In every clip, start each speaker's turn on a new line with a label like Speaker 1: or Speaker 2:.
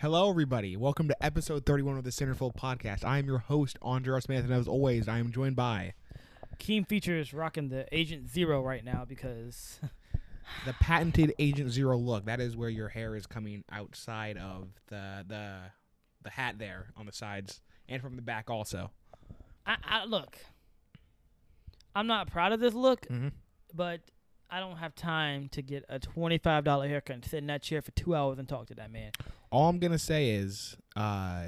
Speaker 1: Hello, everybody. Welcome to episode 31 of the Centerfold Podcast. I am your host, Andrew Smith, and as always, I am joined by
Speaker 2: Keem features rocking the Agent Zero right now because
Speaker 1: the patented Agent Zero look. That is where your hair is coming outside of the the the hat there on the sides and from the back also.
Speaker 2: I, I look. I'm not proud of this look,
Speaker 1: Mm-hmm.
Speaker 2: but I don't have time to get a twenty-five dollar haircut and sit in that chair for two hours and talk to that man.
Speaker 1: All I'm gonna say is, uh,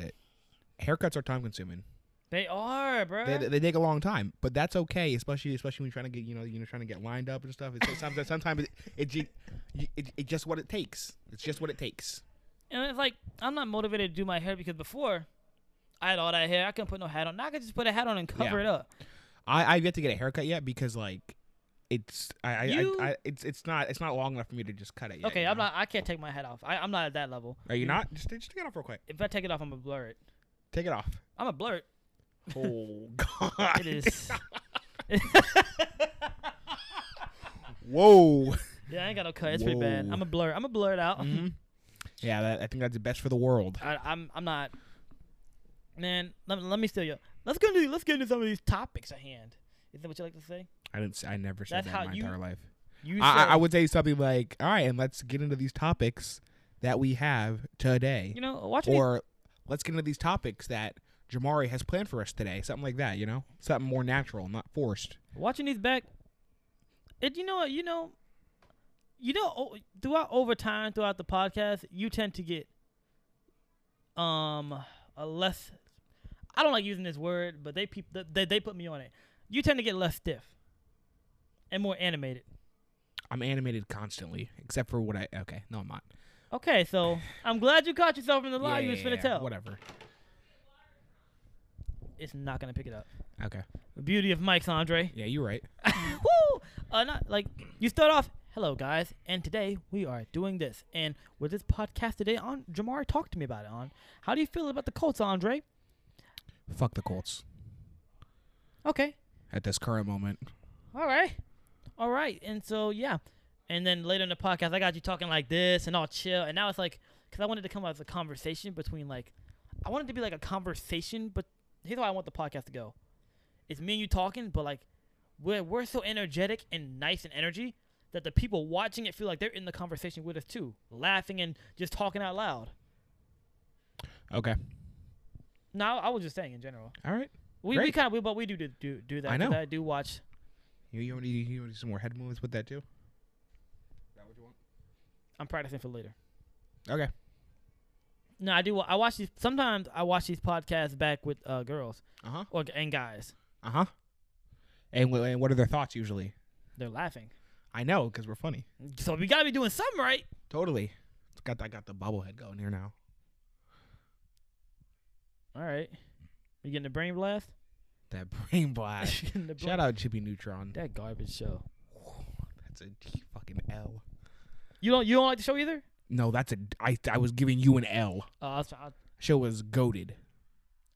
Speaker 1: haircuts are time consuming.
Speaker 2: They are, bro.
Speaker 1: They, they take a long time, but that's okay, especially especially when you're trying to get you know you know trying to get lined up and stuff. It's, sometimes sometimes it, it, ju- you- it it's just what it takes. It's just what it takes.
Speaker 2: and it's like I'm not motivated to do my hair because before I had all that hair, I couldn't put no hat on. Now I could just put a hat on and cover
Speaker 1: Yeah.
Speaker 2: it up.
Speaker 1: I I've yet to get a haircut yet because like it's I I,
Speaker 2: You-
Speaker 1: I, I it's it's not it's not long enough for me to just cut it. Yet,
Speaker 2: okay,
Speaker 1: you
Speaker 2: I'm
Speaker 1: know?
Speaker 2: not. I can't take my hat off. I, I'm not at that level.
Speaker 1: Are you not? Just just take it off real quick.
Speaker 2: If I take it off, I'm gonna blur it.
Speaker 1: Take it off.
Speaker 2: I'm gonna blur it.
Speaker 1: Oh God!
Speaker 2: It is.
Speaker 1: Whoa.
Speaker 2: yeah, I ain't got no cut. It's pretty bad. I'm
Speaker 1: Whoa.
Speaker 2: gonna blur. I'm gonna blur it out.
Speaker 1: hmm Yeah, that, I think that's the best for the world.
Speaker 2: I, I'm I'm not. Man, let, me- let me steal you. Let's go into let's get into some of these topics at hand. Is that what you like to say?
Speaker 1: I didn't. s- I never said
Speaker 2: That's
Speaker 1: that
Speaker 2: how
Speaker 1: in my
Speaker 2: you-
Speaker 1: entire life.
Speaker 2: You
Speaker 1: I,
Speaker 2: said-
Speaker 1: I I would say something like, "All right, and let's get into these topics that we have today,"
Speaker 2: you know watching these,
Speaker 1: or "Let's get into these topics that Jamari has planned for us today." Something like that, you know, something more natural, not forced.
Speaker 2: watching these back. It you know what you know, you know o- throughout over time throughout the podcast you tend to get um a less. I don't like using this word, but they peop, they they put me on it. You tend to get less stiff and more animated.
Speaker 1: I'm animated constantly, except for what I. Okay, no, I'm not.
Speaker 2: Okay, so I'm glad you caught yourself in the lie you was finna tell.
Speaker 1: Whatever.
Speaker 2: It's not gonna pick it up.
Speaker 1: Okay.
Speaker 2: The beauty of mics, Andre.
Speaker 1: Yeah, you're right.
Speaker 2: Woo! Uh, not, like you start off, hello guys, and today we are doing this. And with this podcast today, on Jamar, talk to me about it. On how do you feel about the Colts, Andre?
Speaker 1: Fuck the Colts
Speaker 2: Okay,
Speaker 1: at this current moment.
Speaker 2: all right, all right. And so yeah, and then later in the podcast, I got you talking like this and all chill. And now it's like, cause I wanted to come up with a conversation between like, I wanted to be like a conversation, but here's how I want the podcast to go. It's me and you talking, but like, we're we're so energetic and nice and energy that the people watching it feel like they're in the conversation with us too, laughing and just talking out loud.
Speaker 1: Okay.
Speaker 2: No, I was just saying in general.
Speaker 1: All right.
Speaker 2: We we
Speaker 1: Great.
Speaker 2: kind of we but we do do do, do that.
Speaker 1: I
Speaker 2: 'cause
Speaker 1: know.
Speaker 2: I do watch.
Speaker 1: You you want to you wanna do some more head movements with that too? That what you want?
Speaker 2: I'm practicing for later.
Speaker 1: Okay.
Speaker 2: No, I do. wa- I watch these. Sometimes I watch these podcasts back with uh, girls
Speaker 1: Uh huh.
Speaker 2: or and guys.
Speaker 1: Uh huh. And, wh- and what are their thoughts usually?
Speaker 2: They're laughing.
Speaker 1: I know because we're funny.
Speaker 2: So we gotta be doing something right.
Speaker 1: Totally. It's got I got the bobblehead going here now.
Speaker 2: All right. You getting the brain blast?
Speaker 1: That brain blast.
Speaker 2: Getting the brain-
Speaker 1: Shout out Chippy Neutron.
Speaker 2: that garbage show.
Speaker 1: That's a G fucking L.
Speaker 2: You don't you don't like the show either?
Speaker 1: No, that's a I I was giving you an L.
Speaker 2: Uh, I, was- I-
Speaker 1: Show was goaded.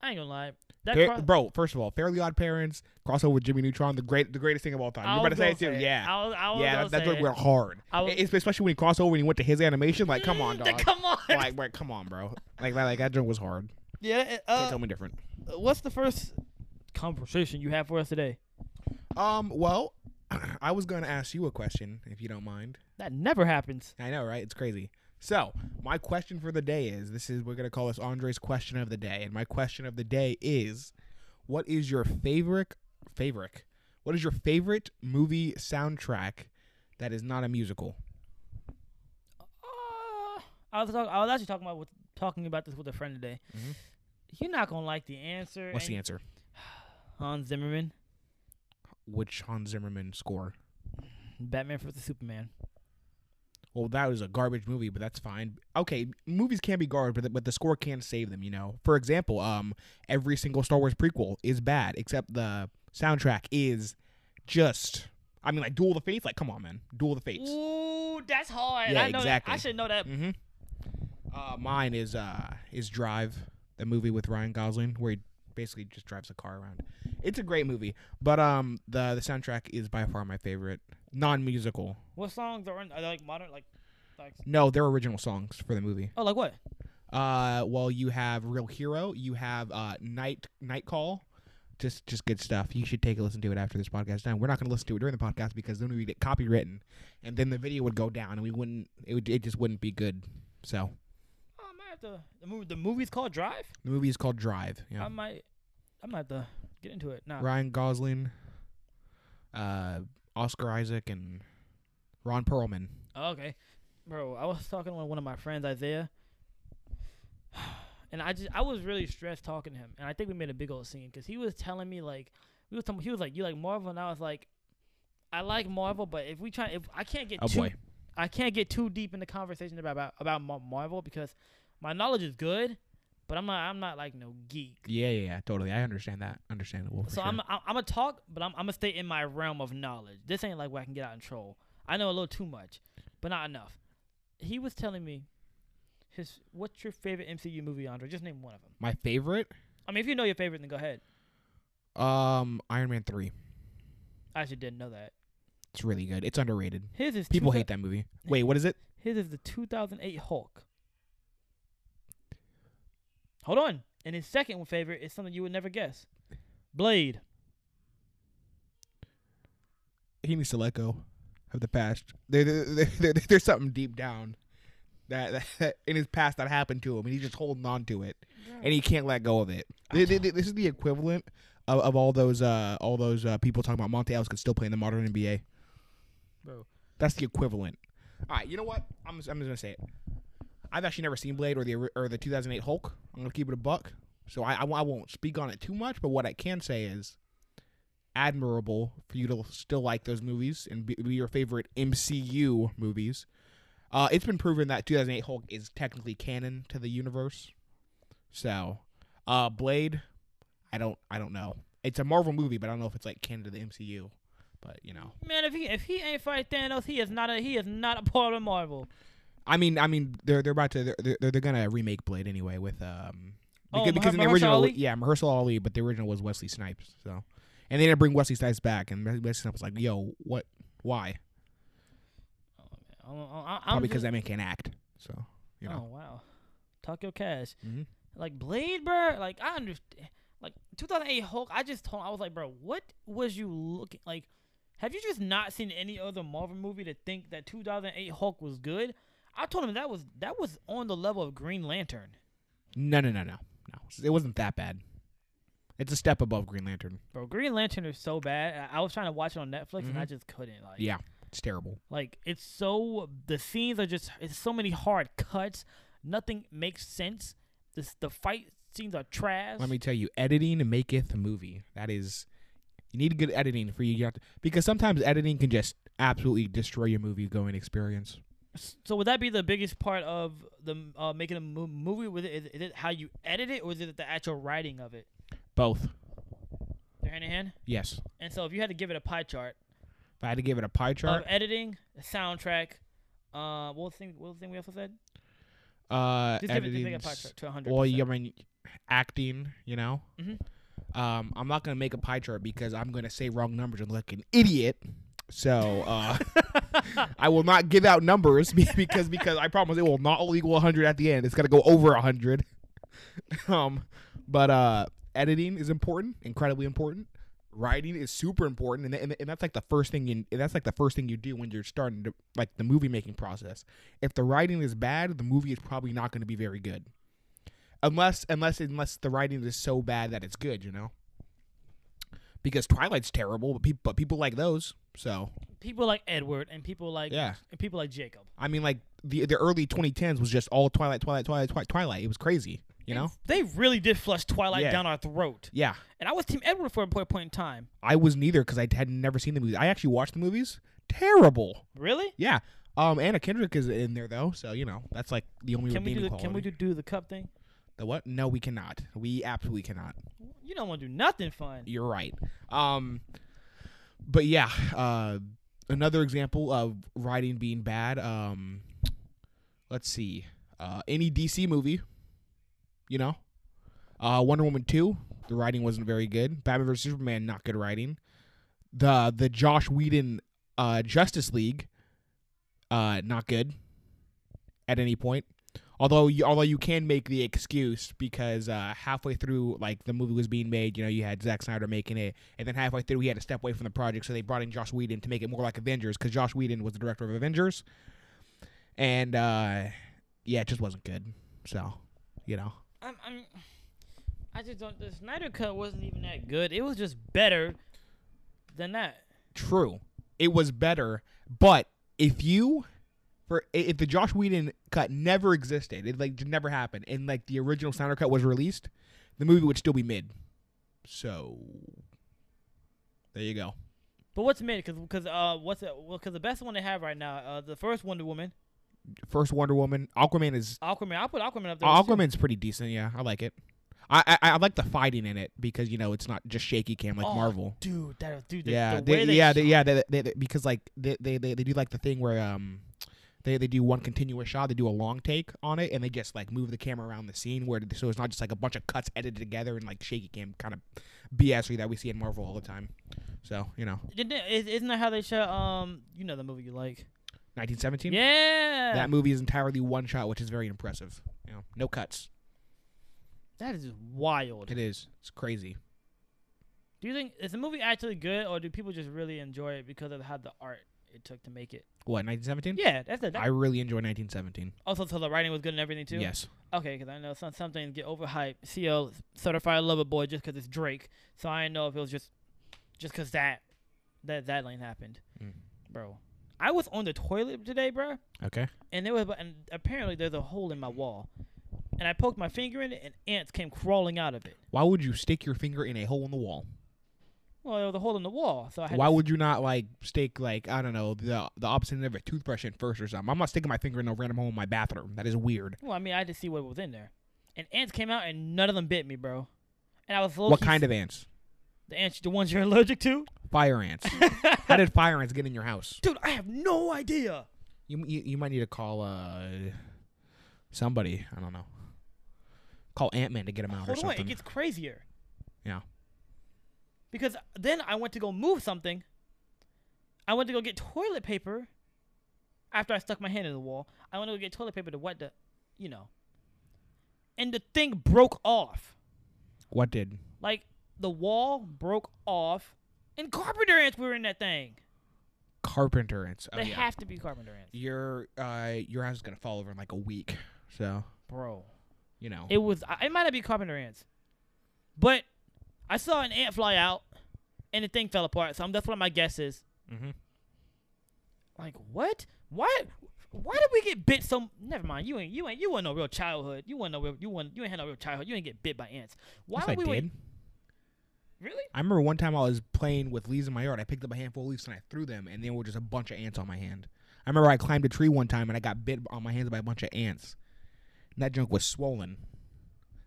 Speaker 2: I ain't gonna lie. That
Speaker 1: Fair-
Speaker 2: cro-
Speaker 1: bro, first of all, Fairly Odd Parents crossover with Jimmy Neutron, the great, the greatest thing of all time.
Speaker 2: I
Speaker 1: You're about to
Speaker 2: was
Speaker 1: say it
Speaker 2: gonna
Speaker 1: too, yeah,
Speaker 2: I was, I was
Speaker 1: yeah.
Speaker 2: gonna
Speaker 1: That, that's
Speaker 2: say
Speaker 1: like
Speaker 2: it.
Speaker 1: we're hard,
Speaker 2: I was-
Speaker 1: E- especially when he crossed over and he went to his animation. Like, come on,
Speaker 2: Mm,
Speaker 1: dog.
Speaker 2: Come on.
Speaker 1: like, like, come on, bro. Like, like, like that joke was hard.
Speaker 2: yeah.
Speaker 1: Can't
Speaker 2: Uh,
Speaker 1: tell me different.
Speaker 2: what's the first conversation you have for us today?
Speaker 1: Um, well, I was gonna ask you a question if you don't mind.
Speaker 2: That never happens.
Speaker 1: I know, right? It's crazy. So, my question for the day is this is we're going to call this Andre's question of the day. And my question of the day is what is your favorite favorite? What is your favorite movie soundtrack that is not a musical?
Speaker 2: Uh, I was talk- I was actually talking about with, talking about this with a friend today.
Speaker 1: Mhm.
Speaker 2: You're not gonna like the answer.
Speaker 1: What's the
Speaker 2: and-
Speaker 1: answer?
Speaker 2: Hans Zimmerman,
Speaker 1: Which Hans Zimmerman score?
Speaker 2: Batman vs Superman.
Speaker 1: Well, that was a garbage movie, but that's fine. Okay, movies can be garbage, but the, but the score can save them, you know. For example, um every single Star Wars prequel is bad except the soundtrack is just I mean like Duel of the Fates, like come on, man. Duel of the Fates.
Speaker 2: Ooh, that's hard.
Speaker 1: Yeah,
Speaker 2: I know that. I
Speaker 1: exactly.
Speaker 2: should know that.
Speaker 1: Mm-hmm. Uh, mine is uh is Drive, the movie with Ryan Gosling, where he basically just drives a car around. It's a great movie, but um the the soundtrack is by far my favorite non musical.
Speaker 2: What songs are, in, are they like modern? Like, like
Speaker 1: No, they're original songs for the movie.
Speaker 2: oh, like what?
Speaker 1: Uh, well, you have Real Hero. You have uh, Night Night Call. Just just good stuff. You should take a listen to it after this podcast is done. We're not going to listen to it during the podcast because then we would get copywritten, and then the video would go down, and we wouldn't. It would, it just wouldn't be good. So
Speaker 2: Oh, I might have to. The movie, the movie's called Drive.
Speaker 1: the movie is called Drive. Yeah.
Speaker 2: I might, I might have to get into it. Nah,
Speaker 1: Ryan Gosling, uh, Oscar Isaac, and Ron Perlman.
Speaker 2: Oh, okay, bro. I was talking to one of my friends, Isaiah, and I just I was really stressed talking to him, and I think we made a big old scene because he was telling me like we was talking, he was like you like Marvel, and I was like I like Marvel, but if we try if I can't get
Speaker 1: Oh
Speaker 2: too
Speaker 1: boy.
Speaker 2: I can't get too deep in the conversation about about, about Mar- Marvel because my knowledge is good, but I'm not I'm not like no geek.
Speaker 1: Yeah, yeah, yeah. Totally. I understand that. Understandable. For
Speaker 2: So
Speaker 1: sure.
Speaker 2: I'm I'm I'm gonna talk, but I'm I'm gonna stay in my realm of knowledge. This ain't like where I can get out of control. I know a little too much, but not enough. He was telling me his what's your favorite MCU movie, Andre? Just name one of them.
Speaker 1: My favorite,
Speaker 2: I mean, if you know your favorite, then go ahead.
Speaker 1: um, Iron Man three.
Speaker 2: I actually didn't know that.
Speaker 1: It's really good. It's underrated.
Speaker 2: His is
Speaker 1: People
Speaker 2: 2000
Speaker 1: hate that movie. Wait, what is it?
Speaker 2: His is the 2008 Hulk. Hold on. And his second one favorite is something you would never guess. Blade.
Speaker 1: He needs to let go of the past. There, there, there- there- there's something deep down that, that in his past that happened to him, and he's just holding on to it, and he can't let go of it. Th- th- th- This is the equivalent of, of all those uh, all those uh, people talking about Monte Ellis could still play in the modern NBA.
Speaker 2: Bro.
Speaker 1: That's the equivalent. All right, you know what? I'm just, I'm just gonna say it. I've actually never seen Blade or the ori- or the 2008 Hulk. I'm gonna keep it a buck, so I, I w- I won't speak on it too much. But what I can say is admirable for you to still like those movies and be, be your favorite MCU movies. Uh, it's been proven that 2008 Hulk is technically canon to the universe. So, uh, Blade, I don't I don't know. It's a Marvel movie, but I don't know if it's like canon to the MCU. But you know,
Speaker 2: Man, if he if he ain't fight Thanos, he is not a he is not a part of Marvel.
Speaker 1: I mean, I mean, they're they're about to they're they're, they're gonna remake Blade anyway with um
Speaker 2: Oh,
Speaker 1: because, because
Speaker 2: Maher-
Speaker 1: in the
Speaker 2: Mahershala
Speaker 1: original
Speaker 2: Ali?
Speaker 1: yeah Mahershala Ali, but the original was Wesley Snipes. So, and they didn't bring Wesley Snipes back, and Wesley Snipes was like, "Yo, what? Why?
Speaker 2: I don't- I- I'm
Speaker 1: Probably because
Speaker 2: just-
Speaker 1: that man can't act." So, you know,
Speaker 2: Oh wow, Tokyo Cash,
Speaker 1: Mhm.
Speaker 2: like Blade, bro. Like I understand. Like 2008 Hulk, I just told I was like, bro, what was you looking like? Have you just not seen any other Marvel movie to think that 2008 Hulk was good? I told him that was that was on the level of Green Lantern.
Speaker 1: no, no, no, no, no. It wasn't that bad. It's a step above Green Lantern.
Speaker 2: Bro, Green Lantern is so bad. and I I was trying to watch it on Netflix and I just couldn't. Like,
Speaker 1: Mm-hmm. Yeah, it's terrible.
Speaker 2: Like it's so the scenes are just it's so many hard cuts. Nothing makes sense. This the fight scenes are trash.
Speaker 1: Let me tell you, editing maketh a movie. That is, you need good editing for you. you have to, because sometimes editing can just absolutely destroy your movie going experience.
Speaker 2: So would that be the biggest part of the uh, making a mo- movie? With it, is, is it how you edit it, or is it the actual writing of it?
Speaker 1: Both.
Speaker 2: They're hand in hand.
Speaker 1: Yes.
Speaker 2: And so if you had to give it a pie chart
Speaker 1: If I had to give it a pie
Speaker 2: of e-
Speaker 1: chart,
Speaker 2: editing, soundtrack, uh, what was the thing? What was the thing we also said?
Speaker 1: uh,
Speaker 2: Just give it, just
Speaker 1: editing.
Speaker 2: make a pie chart to hundred.
Speaker 1: Well, you I mean acting, you know.
Speaker 2: Mhm.
Speaker 1: Um, I'm not gonna make a pie chart because I'm gonna say wrong numbers and look an idiot. So uh, I will not give out numbers be- because because I promise it will not equal 100 at the end. It's gonna go over 100. um, but uh, editing is important, incredibly important. Writing is super important, and, and, and that's like the first thing you that's like the first thing you do when you're starting to like the movie making process. If the writing is bad, the movie is probably not going to be very good, unless unless unless the writing is so bad that it's good, you know. Because Twilight's terrible, but people but people like those. So
Speaker 2: people like Edward and people like
Speaker 1: yeah,
Speaker 2: and people like Jacob.
Speaker 1: I mean like the the early 2010s was just all Twilight, Twilight, Twilight, Twilight. Twilight. It was crazy, you know.
Speaker 2: They really did flush Twilight
Speaker 1: Yeah.
Speaker 2: down our throat.
Speaker 1: Yeah,
Speaker 2: And I was Team Edward for a po- point in time.
Speaker 1: I was neither because I had never seen the movies. I actually watched the movies. Terrible.
Speaker 2: Really?
Speaker 1: Yeah. Um, Anna Kendrick is in there though, so you know that's like the only
Speaker 2: Can we
Speaker 1: redeeming
Speaker 2: do the,
Speaker 1: quality.
Speaker 2: can we do, do the cup thing?
Speaker 1: the what? No, we cannot. We absolutely cannot.
Speaker 2: You don't want to do nothing fun.
Speaker 1: You're right. Um, but yeah, uh, another example of writing being bad. Um, let's see, uh, any DC movie, you know, uh, Wonder Woman two, the writing wasn't very good. Batman vs Superman, not good writing. The the Josh Whedon uh, Justice League, uh, not good at any point. Although, you, although you can make the excuse because uh, halfway through, like the movie was being made, you know, you had Zack Snyder making it, and then halfway through, he had to step away from the project, so they brought in Josh Whedon to make it more like Avengers, because Josh Whedon was the director of Avengers, and uh, yeah, it just wasn't good. So, you know,
Speaker 2: I'm, I'm, I just don't. The Snyder Cut wasn't even that good. It was just better than that.
Speaker 1: true, it was better, but if you for i- if the Josh Whedon cut never existed, it like never happened, and like the original Snyder cut was released, the movie would still be mid. So there you go.
Speaker 2: But what's mid? Because uh, what's it? Well, because the best one they have right now, uh, the first Wonder Woman,
Speaker 1: First Wonder Woman, Aquaman is
Speaker 2: Aquaman. I put Aquaman up there. too.
Speaker 1: Aquaman's pretty decent. Yeah, I like it. I, I I like the fighting in it because you know it's not just shaky cam like
Speaker 2: Oh,
Speaker 1: Marvel.
Speaker 2: dude. That dude. The,
Speaker 1: yeah,
Speaker 2: the way
Speaker 1: they,
Speaker 2: they
Speaker 1: yeah,
Speaker 2: shot-
Speaker 1: they, yeah, they, they, they- because like they, they, they, they do like the thing where um they, they do one continuous shot, they do a long take on it, and they just like move the camera around the scene where so it's not just like a bunch of cuts edited together and like shaky cam kind of BS that we see in Marvel all the time. So you know,
Speaker 2: Didn't they- is- Isn't that how they shot? Um, you know the movie you like.
Speaker 1: 1917.
Speaker 2: Yeah.
Speaker 1: That movie is entirely one shot, which is very impressive. You know, no cuts.
Speaker 2: that is wild.
Speaker 1: It is. It's crazy.
Speaker 2: Do you think is the movie actually good, or do people just really enjoy it because of how the art it took to make it?
Speaker 1: What 1917?
Speaker 2: Yeah, that's it.
Speaker 1: I really enjoy 1917.
Speaker 2: also, so the writing was good and everything too.
Speaker 1: Yes.
Speaker 2: Okay, because I know some some things get overhyped. CL certified lover boy just because it's Drake. So I didn't know if it was just just because that that that lane happened,
Speaker 1: Mm.
Speaker 2: bro. I was on the toilet today, bro,
Speaker 1: Okay.
Speaker 2: and there was and apparently there's a hole in my wall, and I poked my finger in it, and ants came crawling out of it.
Speaker 1: Why would you stick your finger in a hole in the wall?
Speaker 2: Well, there was a hole in the wall, so I had
Speaker 1: Why
Speaker 2: to,
Speaker 1: would you not like stick like I don't know the the opposite end of a toothbrush in first or something? I'm not sticking my finger in a random hole in my bathroom. That is weird.
Speaker 2: Well, I mean, I had to see what was in there, and ants came out, and none of them bit me, bro. And I was low
Speaker 1: what kind of ants?
Speaker 2: the ants? The ones you're allergic to?
Speaker 1: Fire ants. How did fire ants get in your house?
Speaker 2: Dude, I have no idea.
Speaker 1: You you, you might need to call uh somebody. I don't know. Call Ant Man to get him out or
Speaker 2: Hold on,
Speaker 1: something.
Speaker 2: it gets crazier.
Speaker 1: Yeah.
Speaker 2: Because then I went to go move something. I went to go get toilet paper. After I stuck my hand in the wall, I went to go get toilet paper to wet the, you know. And the thing broke off.
Speaker 1: What did?
Speaker 2: Like the wall broke off, and carpenter ants were in that thing.
Speaker 1: Carpenter ants. Oh,
Speaker 2: they
Speaker 1: yeah.
Speaker 2: have to be carpenter ants,
Speaker 1: your uh your house is gonna fall over in like a week. So
Speaker 2: bro.
Speaker 1: you know.
Speaker 2: It was. I- It might not be carpenter ants, but I saw an ant fly out, and the thing fell apart. So I'm, that's what my guess is.
Speaker 1: mm-hmm.
Speaker 2: Like what? Why? Why did we get bit so? Never mind. You ain't. You ain't. You weren't no real childhood. You weren't no real. You weren't. You ain't had no real childhood. You ain't get bit by ants. Why
Speaker 1: yes, I
Speaker 2: would we?
Speaker 1: did.
Speaker 2: Really?
Speaker 1: I remember one time I was playing with leaves in my yard. I picked up a handful of leaves and I threw them, and there were just a bunch of ants on my hand. I remember I climbed a tree one time and I got bit on my hands by a bunch of ants. And that junk was swollen.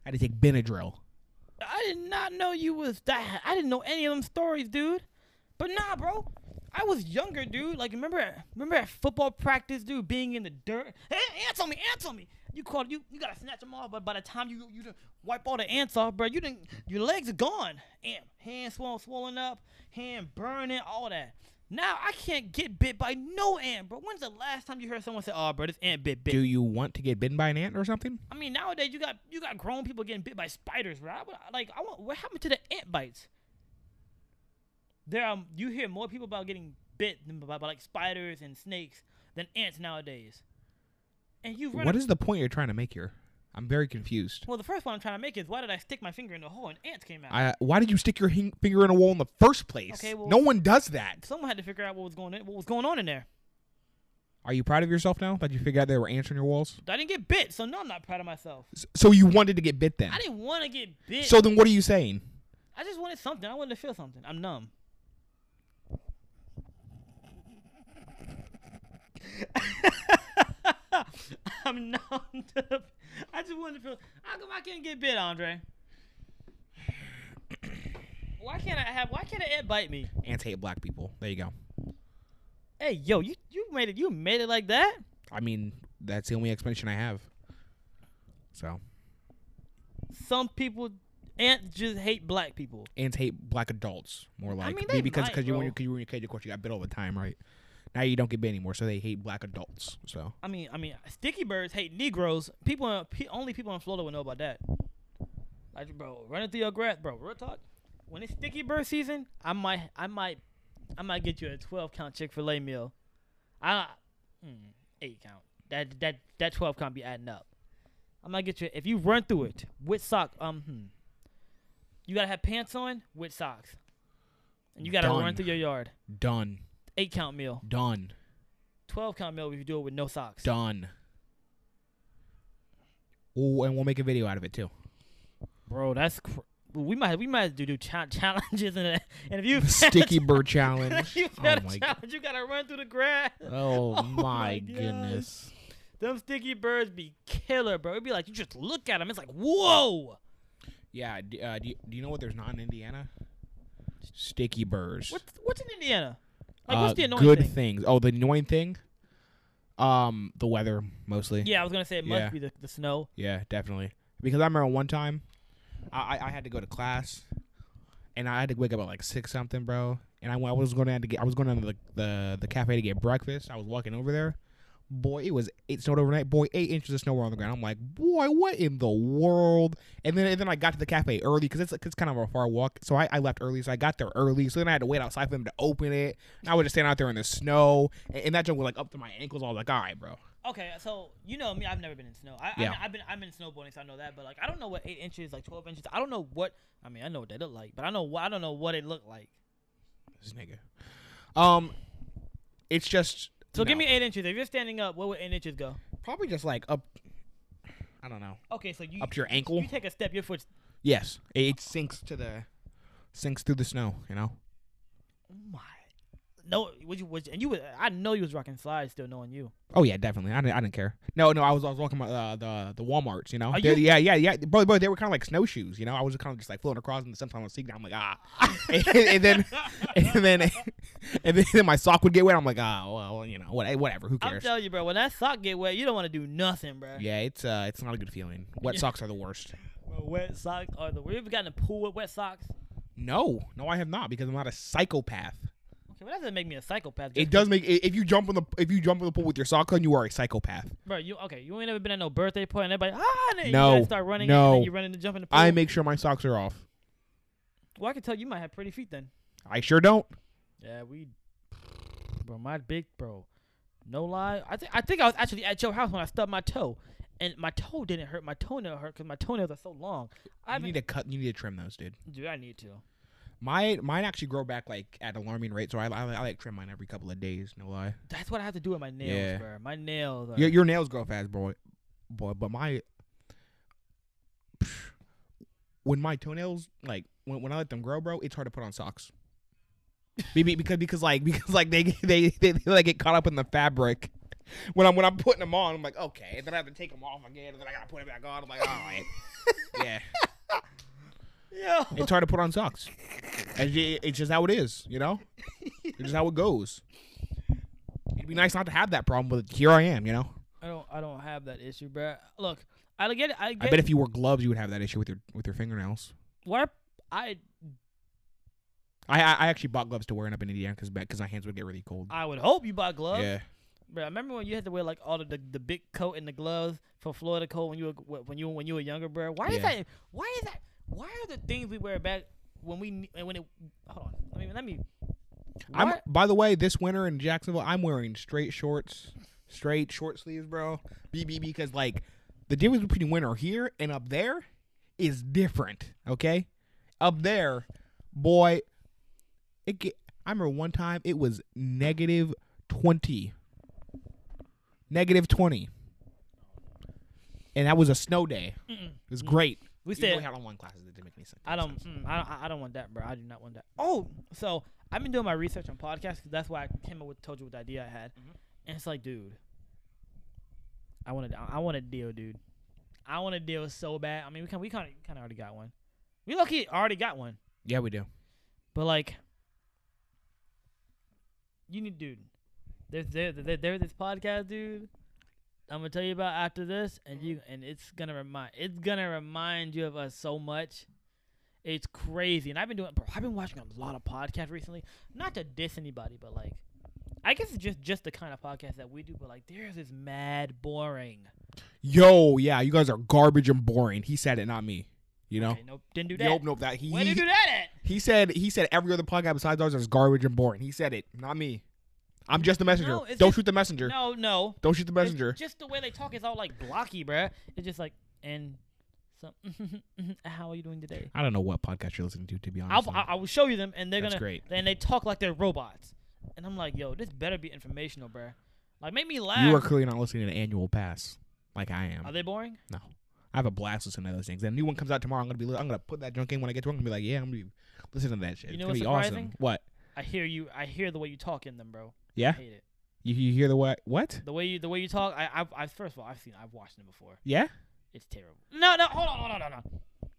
Speaker 1: I had to take Benadryl.
Speaker 2: I did not know you was that. I didn't know any of them stories, dude. But nah, bro. I was younger, dude. Like remember, remember at football practice, dude, being in the dirt. Hey, ants on me, ants on me. You called you. You gotta snatch them off. But by the time you you done wipe all the ants off, bro, you didn't. Your legs are gone. Ant, hand swollen, swollen up, hand burning, all that. Now I can't get bit by no ant, bro. When's the last time you heard someone say, "Oh, bro, this ant bit bit"?
Speaker 1: Do you want to get bitten by an ant or something?
Speaker 2: I mean, nowadays you got you got grown people getting bit by spiders, bro. I would, like, I want what happened to the ant bites? There are you hear more people about getting bit than by, by like spiders and snakes than ants nowadays. And you run.
Speaker 1: What is the point you're trying to make here? I'm very confused.
Speaker 2: well, the first one I'm trying to make is why did I stick my finger in the hole and ants came out?
Speaker 1: I, why did you stick your hing- finger in a wall in the first place?
Speaker 2: Okay, well-
Speaker 1: no one does that.
Speaker 2: Someone had to figure out what was going in, what was going on in there.
Speaker 1: Are you proud of yourself now that you figured out there were ants on your walls?
Speaker 2: I didn't get bit, so no, I'm not proud of myself.
Speaker 1: S- So you wanted to get bit then?
Speaker 2: I didn't want to get bit.
Speaker 1: So then what are you saying?
Speaker 2: I just wanted something. I wanted to feel something. I'm numb. I'm numb. To the, I just wanted to feel. How come I can't get bit, Andre? Why can't I have? Why can't an ant bite me?
Speaker 1: Ants hate black people. There you go.
Speaker 2: Hey, yo, you you made it. You made it like that.
Speaker 1: I mean, that's the only explanation I have. So
Speaker 2: Some people, ants just hate black people.
Speaker 1: ants hate black adults more like
Speaker 2: mean,
Speaker 1: Maybe
Speaker 2: they
Speaker 1: because
Speaker 2: might,
Speaker 1: because you when
Speaker 2: bro.
Speaker 1: you, 'cause you were in your cage, of course, you got bit all the time, right? Now you don't get banned anymore, so they hate black adults. So
Speaker 2: I mean, I mean, sticky birds hate Negroes. People, in, pe- only people in Florida would know about that. Like, bro, running through your grass, bro. Real talk. When it's sticky bird season, I might, I might, I might get you a twelve count Chick Fil A meal. I mm, eight count. That that that twelve count be adding up. I might get you if you run through it with sock. Um, hmm. you gotta have pants on with socks, and you gotta
Speaker 1: Done.
Speaker 2: run through your yard.
Speaker 1: done,
Speaker 2: Eight count meal,
Speaker 1: done,
Speaker 2: twelve count meal if you do it with no socks.
Speaker 1: done. Oh, and we'll make a video out of it too.
Speaker 2: Bro, that's cr- we might we might do do cha- challenges and that. and if you
Speaker 1: Sticky bird challenge.
Speaker 2: if you
Speaker 1: Oh
Speaker 2: got a
Speaker 1: my
Speaker 2: challenge,
Speaker 1: god.
Speaker 2: you gotta run through the grass.
Speaker 1: Oh,
Speaker 2: Oh
Speaker 1: my,
Speaker 2: my gosh.
Speaker 1: goodness.
Speaker 2: Them sticky birds be killer, bro. It'd be like you just look at them. It's like whoa.
Speaker 1: Yeah. d- Uh, do, you, do you know what there's not in Indiana? Sticky burrs.
Speaker 2: What's what's in Indiana? Like what's
Speaker 1: Uh,
Speaker 2: the annoying
Speaker 1: good
Speaker 2: thing?
Speaker 1: things? Oh, the annoying thing. Um, the weather mostly.
Speaker 2: Yeah, I was gonna say it must
Speaker 1: Yeah.
Speaker 2: be the, the snow.
Speaker 1: Yeah, definitely. Because I remember one time, I, I, I had to go to class, and I had to wake up at like six something, bro. And I, went- I was going down to get I was going down to the, the the cafe to get breakfast. I was walking over there. Boy, it was eight snowed overnight. Boy, eight inches of snow were on the ground. I'm like, boy, what in the world? And then and then I got to the cafe early because it's it's kind of a far walk. So I, I left early. So I got there early. So then I had to wait outside for them to open it. And I was just standing out there in the snow, and, and that junk was like up to my ankles. I was like, all right, bro.
Speaker 2: Okay, so you know me, I've never been in snow. I,
Speaker 1: Yeah.
Speaker 2: I I've been I've been snowboarding, so I know that. But like I don't know what eight inches, like twelve inches. I don't know what I mean. I know what they look like, but I know wh- I don't know what it looked like.
Speaker 1: This nigga. Um, it's just.
Speaker 2: So give
Speaker 1: no.
Speaker 2: me eight inches. If you're standing up, where would eight inches go?
Speaker 1: probably just like up. I don't know,
Speaker 2: Okay, so you
Speaker 1: up to your ankle.
Speaker 2: You take a step, your foot.
Speaker 1: Yes, it, it sinks to the sinks through the snow. You know.
Speaker 2: Oh my. No, would you? Would you- and you? would- I know you was rocking slides, still knowing you.
Speaker 1: Oh yeah, definitely. I didn't. I didn't care. No, no. I was. I was walking about uh, the the WalMarts. You know.
Speaker 2: Are
Speaker 1: They're-
Speaker 2: you-
Speaker 1: Yeah, yeah, yeah. Bro, bro, they were kind of like snowshoes. You know. I was kind of just like floating across, and sometimes I'm seeing. I'm like ah, and, then and then and then, my sock would get wet. I'm like ah, well, you know, what, whatever. Who
Speaker 2: I'm
Speaker 1: cares?
Speaker 2: telling you, bro. When that sock get wet, you don't want to do nothing, bro.
Speaker 1: Yeah, it's uh, it's not a good feeling. Wet
Speaker 2: Yeah.
Speaker 1: socks are the worst.
Speaker 2: Bro, wet socks are the. We've ever gotten in a pool with wet socks.
Speaker 1: No, no, I have not because I'm not a psychopath.
Speaker 2: Okay, well that doesn't make me a psychopath.
Speaker 1: It
Speaker 2: just-
Speaker 1: does make i- if you jump in the if you jump in the pool with your sock on, you are a psychopath.
Speaker 2: bro. You okay? You ain't never been at no birthday party and everybody ah, and then
Speaker 1: No,
Speaker 2: you gotta start running. and
Speaker 1: no.
Speaker 2: then you run in the jump in the pool.
Speaker 1: I make sure my socks are off.
Speaker 2: well, I can tell you might have pretty feet then.
Speaker 1: I sure don't.
Speaker 2: Yeah, we, bro, my big bro, no lie. I think I think I was actually at your house when I stubbed my toe, and my toe didn't hurt. My toenail hurt because my toenails are so long. I
Speaker 1: you need
Speaker 2: need
Speaker 1: to cut. You need to trim those, dude.
Speaker 2: dude. I need to.
Speaker 1: My mine actually grow back like at alarming rate, so I I, I like trim mine every couple of days. No lie.
Speaker 2: That's what I have to do with my nails,
Speaker 1: Yeah.
Speaker 2: bro. My nails. Are,
Speaker 1: Your, your nails grow fast, boy, boy. But my when my toenails like when, when I let them grow, bro, it's hard to put on socks. Maybe because because like because like they they they, they like get caught up in the fabric. When I'm when I'm putting them on, I'm like okay, and then I have to take them off again, and then I gotta put it back on. I'm like all right, yeah.
Speaker 2: Yo.
Speaker 1: It's hard to put on socks. It's ju- it's just how it is, you know. It's just how it goes. It'd be nice not to have that problem, but here I am, you know.
Speaker 2: I don't. I don't have that issue, bro. Look, I get it. I
Speaker 1: I
Speaker 2: get.
Speaker 1: bet
Speaker 2: it.
Speaker 1: if you wore gloves, you would have that issue with your with your fingernails.
Speaker 2: Where I
Speaker 1: I I, I actually bought gloves to wear up in Indiana because because my hands would get really cold.
Speaker 2: I would hope you bought gloves.
Speaker 1: Yeah,
Speaker 2: Bro, I remember when you had to wear like all the, the the big coat and the gloves for Florida cold when you were when you when you were younger, bro. Why is
Speaker 1: Yeah.
Speaker 2: that? Why is that? Why are the things we wear back when we ne- and when it? Hold on. Let me let me.
Speaker 1: I'm.
Speaker 2: Why-
Speaker 1: By the way, this winter in Jacksonville, I'm wearing straight shorts, straight short sleeves, bro. BB because like the difference between winter here and up there is different. Okay, up there, boy, it. Get, I remember one time it was negative twenty. Negative twenty. And that was a snow day.
Speaker 2: Mm-mm.
Speaker 1: It was great.
Speaker 2: we
Speaker 1: Even though
Speaker 2: said
Speaker 1: had online classes that didn't make any sense.
Speaker 2: I don't, mm, I don't I- I don't want that, bro. I do not want that. Oh, so I've been doing my research on podcasts 'cause that's why I came up with told you what the idea I had, and it's like, dude, I want to I want a deal, dude. I want a deal so bad. I mean, we kind we kind of kind of already got one. We lucky already got one.
Speaker 1: Yeah, we do.
Speaker 2: But like, you need, dude. There's there, there there's this podcast, dude. I'm gonna tell you about after this, and you and it's gonna remind it's gonna remind you of us so much. It's crazy, and I've been doing. Bro, I've been watching a lot of podcasts recently. Not to diss anybody, but like, I I guess it's just just the kind of podcast that we do, but like theirs is mad boring.
Speaker 1: Yo, yeah, you guys are garbage and boring. He said it, not me. You know.
Speaker 2: Okay, nope, didn't do that.
Speaker 1: Nope, nope. That he
Speaker 2: Where did you do that at?
Speaker 1: he said he said every other podcast besides ours is garbage and boring. He said it, not me. I'm just the messenger.
Speaker 2: No, it's
Speaker 1: Don't
Speaker 2: just-
Speaker 1: shoot the messenger.
Speaker 2: No, no.
Speaker 1: Don't shoot the
Speaker 2: It's
Speaker 1: messenger.
Speaker 2: just the way they talk is all like blocky, bruh. It's just like and some. how are you doing today?
Speaker 1: I don't know what podcast you're listening to, to be
Speaker 2: I'll,
Speaker 1: honest.
Speaker 2: I I will show you them, and they're
Speaker 1: That's
Speaker 2: gonna.
Speaker 1: great.
Speaker 2: And they talk like they're robots, and I'm like, yo, this better be informational, bruh. Like, make me laugh.
Speaker 1: you are clearly not listening to Annual Pass, like I am.
Speaker 2: are they boring?
Speaker 1: no, I have a blast listening to those things. And a new one comes out tomorrow. I'm gonna be, li- I'm gonna put that junk in when I get to work. I'm gonna be like, yeah, I'm gonna be listening to that shit.
Speaker 2: You
Speaker 1: It's
Speaker 2: know
Speaker 1: gonna
Speaker 2: what's
Speaker 1: be awesome.
Speaker 2: surprising?
Speaker 1: What?
Speaker 2: I hear you. I hear the way you talk in them, bro. I
Speaker 1: Yeah,
Speaker 2: hate it.
Speaker 1: you, you hear the what? What?
Speaker 2: The way you the way you talk. I I've, I first of all I've seen I've watched them before.
Speaker 1: Yeah.
Speaker 2: It's terrible. No, no, hold on, hold on, hold on.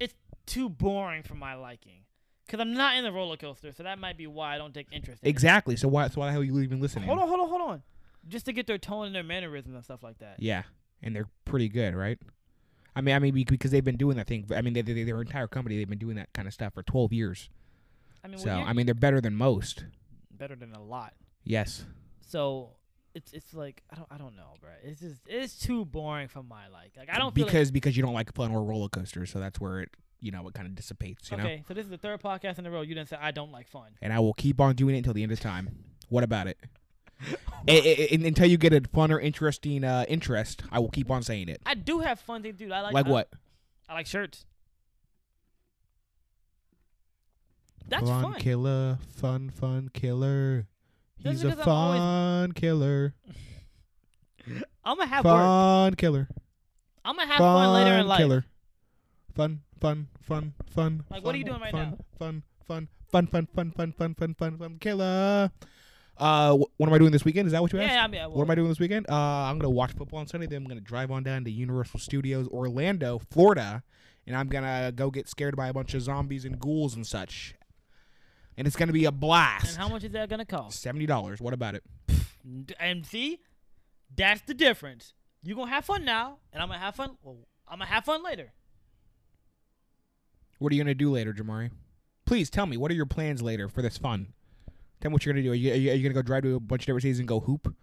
Speaker 2: It's too boring for my liking. Cause I'm not in the roller coaster, so that might be why I don't take interest. In it.
Speaker 1: Exactly. So why? So why the hell are you even listening?
Speaker 2: Hold on, hold on, hold on. Just to get their tone and their mannerisms and stuff like that.
Speaker 1: Yeah, and they're pretty good, right? I mean, I mean, be- because they've been doing that thing. I mean, they, they, their entire company they've been doing that kind of stuff for twelve years.
Speaker 2: I mean,
Speaker 1: So
Speaker 2: well,
Speaker 1: I
Speaker 2: you're
Speaker 1: mean, they're better than most.
Speaker 2: better than a lot.
Speaker 1: Yes.
Speaker 2: So it's it's like I don't I don't know, bro. It's just it's too boring for my like. Like I don't feel like-
Speaker 1: because because you don't like fun or roller coasters, so that's where it you know it kind of dissipates. You know.
Speaker 2: okay, so this is the third podcast in a row you didn't say I don't like fun.
Speaker 1: And I will keep on doing it until the end of time. What about it? A- a- a- until you get a fun or interesting uh, interest, I will keep on saying it.
Speaker 2: I do have fun things, dude. I like uh,
Speaker 1: Like,
Speaker 2: I-
Speaker 1: what?
Speaker 2: I like shirts. That's
Speaker 1: fun
Speaker 2: fun.
Speaker 1: killer, fun fun killer.
Speaker 2: That's
Speaker 1: He's a
Speaker 2: because I'm always-
Speaker 1: fun killer,
Speaker 2: I'm gonna have work.
Speaker 1: fun killer.
Speaker 2: I'm gonna have fun, later in life.
Speaker 1: Killer. Fun, fun, fun, fun.
Speaker 2: Like, what are you doing right
Speaker 1: fun,
Speaker 2: now?
Speaker 1: Fun, fun, fun, fun, fun, fun, fun, fun, fun, fun, killer. Uh, wh- what am I doing this weekend? Is that what you asked?
Speaker 2: Yeah, I mean, I
Speaker 1: What am I doing this weekend? Uh, I'm gonna watch football on Sunday. Then I'm gonna drive on down to Universal Studios, Orlando, Florida, and I'm gonna go get scared by a bunch of zombies and ghouls and such. And it's gonna be a blast.
Speaker 2: And how much is that gonna cost?
Speaker 1: Seventy dollars. What about it?
Speaker 2: D- And see, that's the difference. You gonna have fun now, and I'm gonna have fun. Well, I'm gonna have fun later.
Speaker 1: What are you gonna do later, Jamari? Please tell me. What are your plans later for this fun? Tell me what you're gonna do. Are you, are you, are you gonna go drive to a bunch of different cities and go hoop?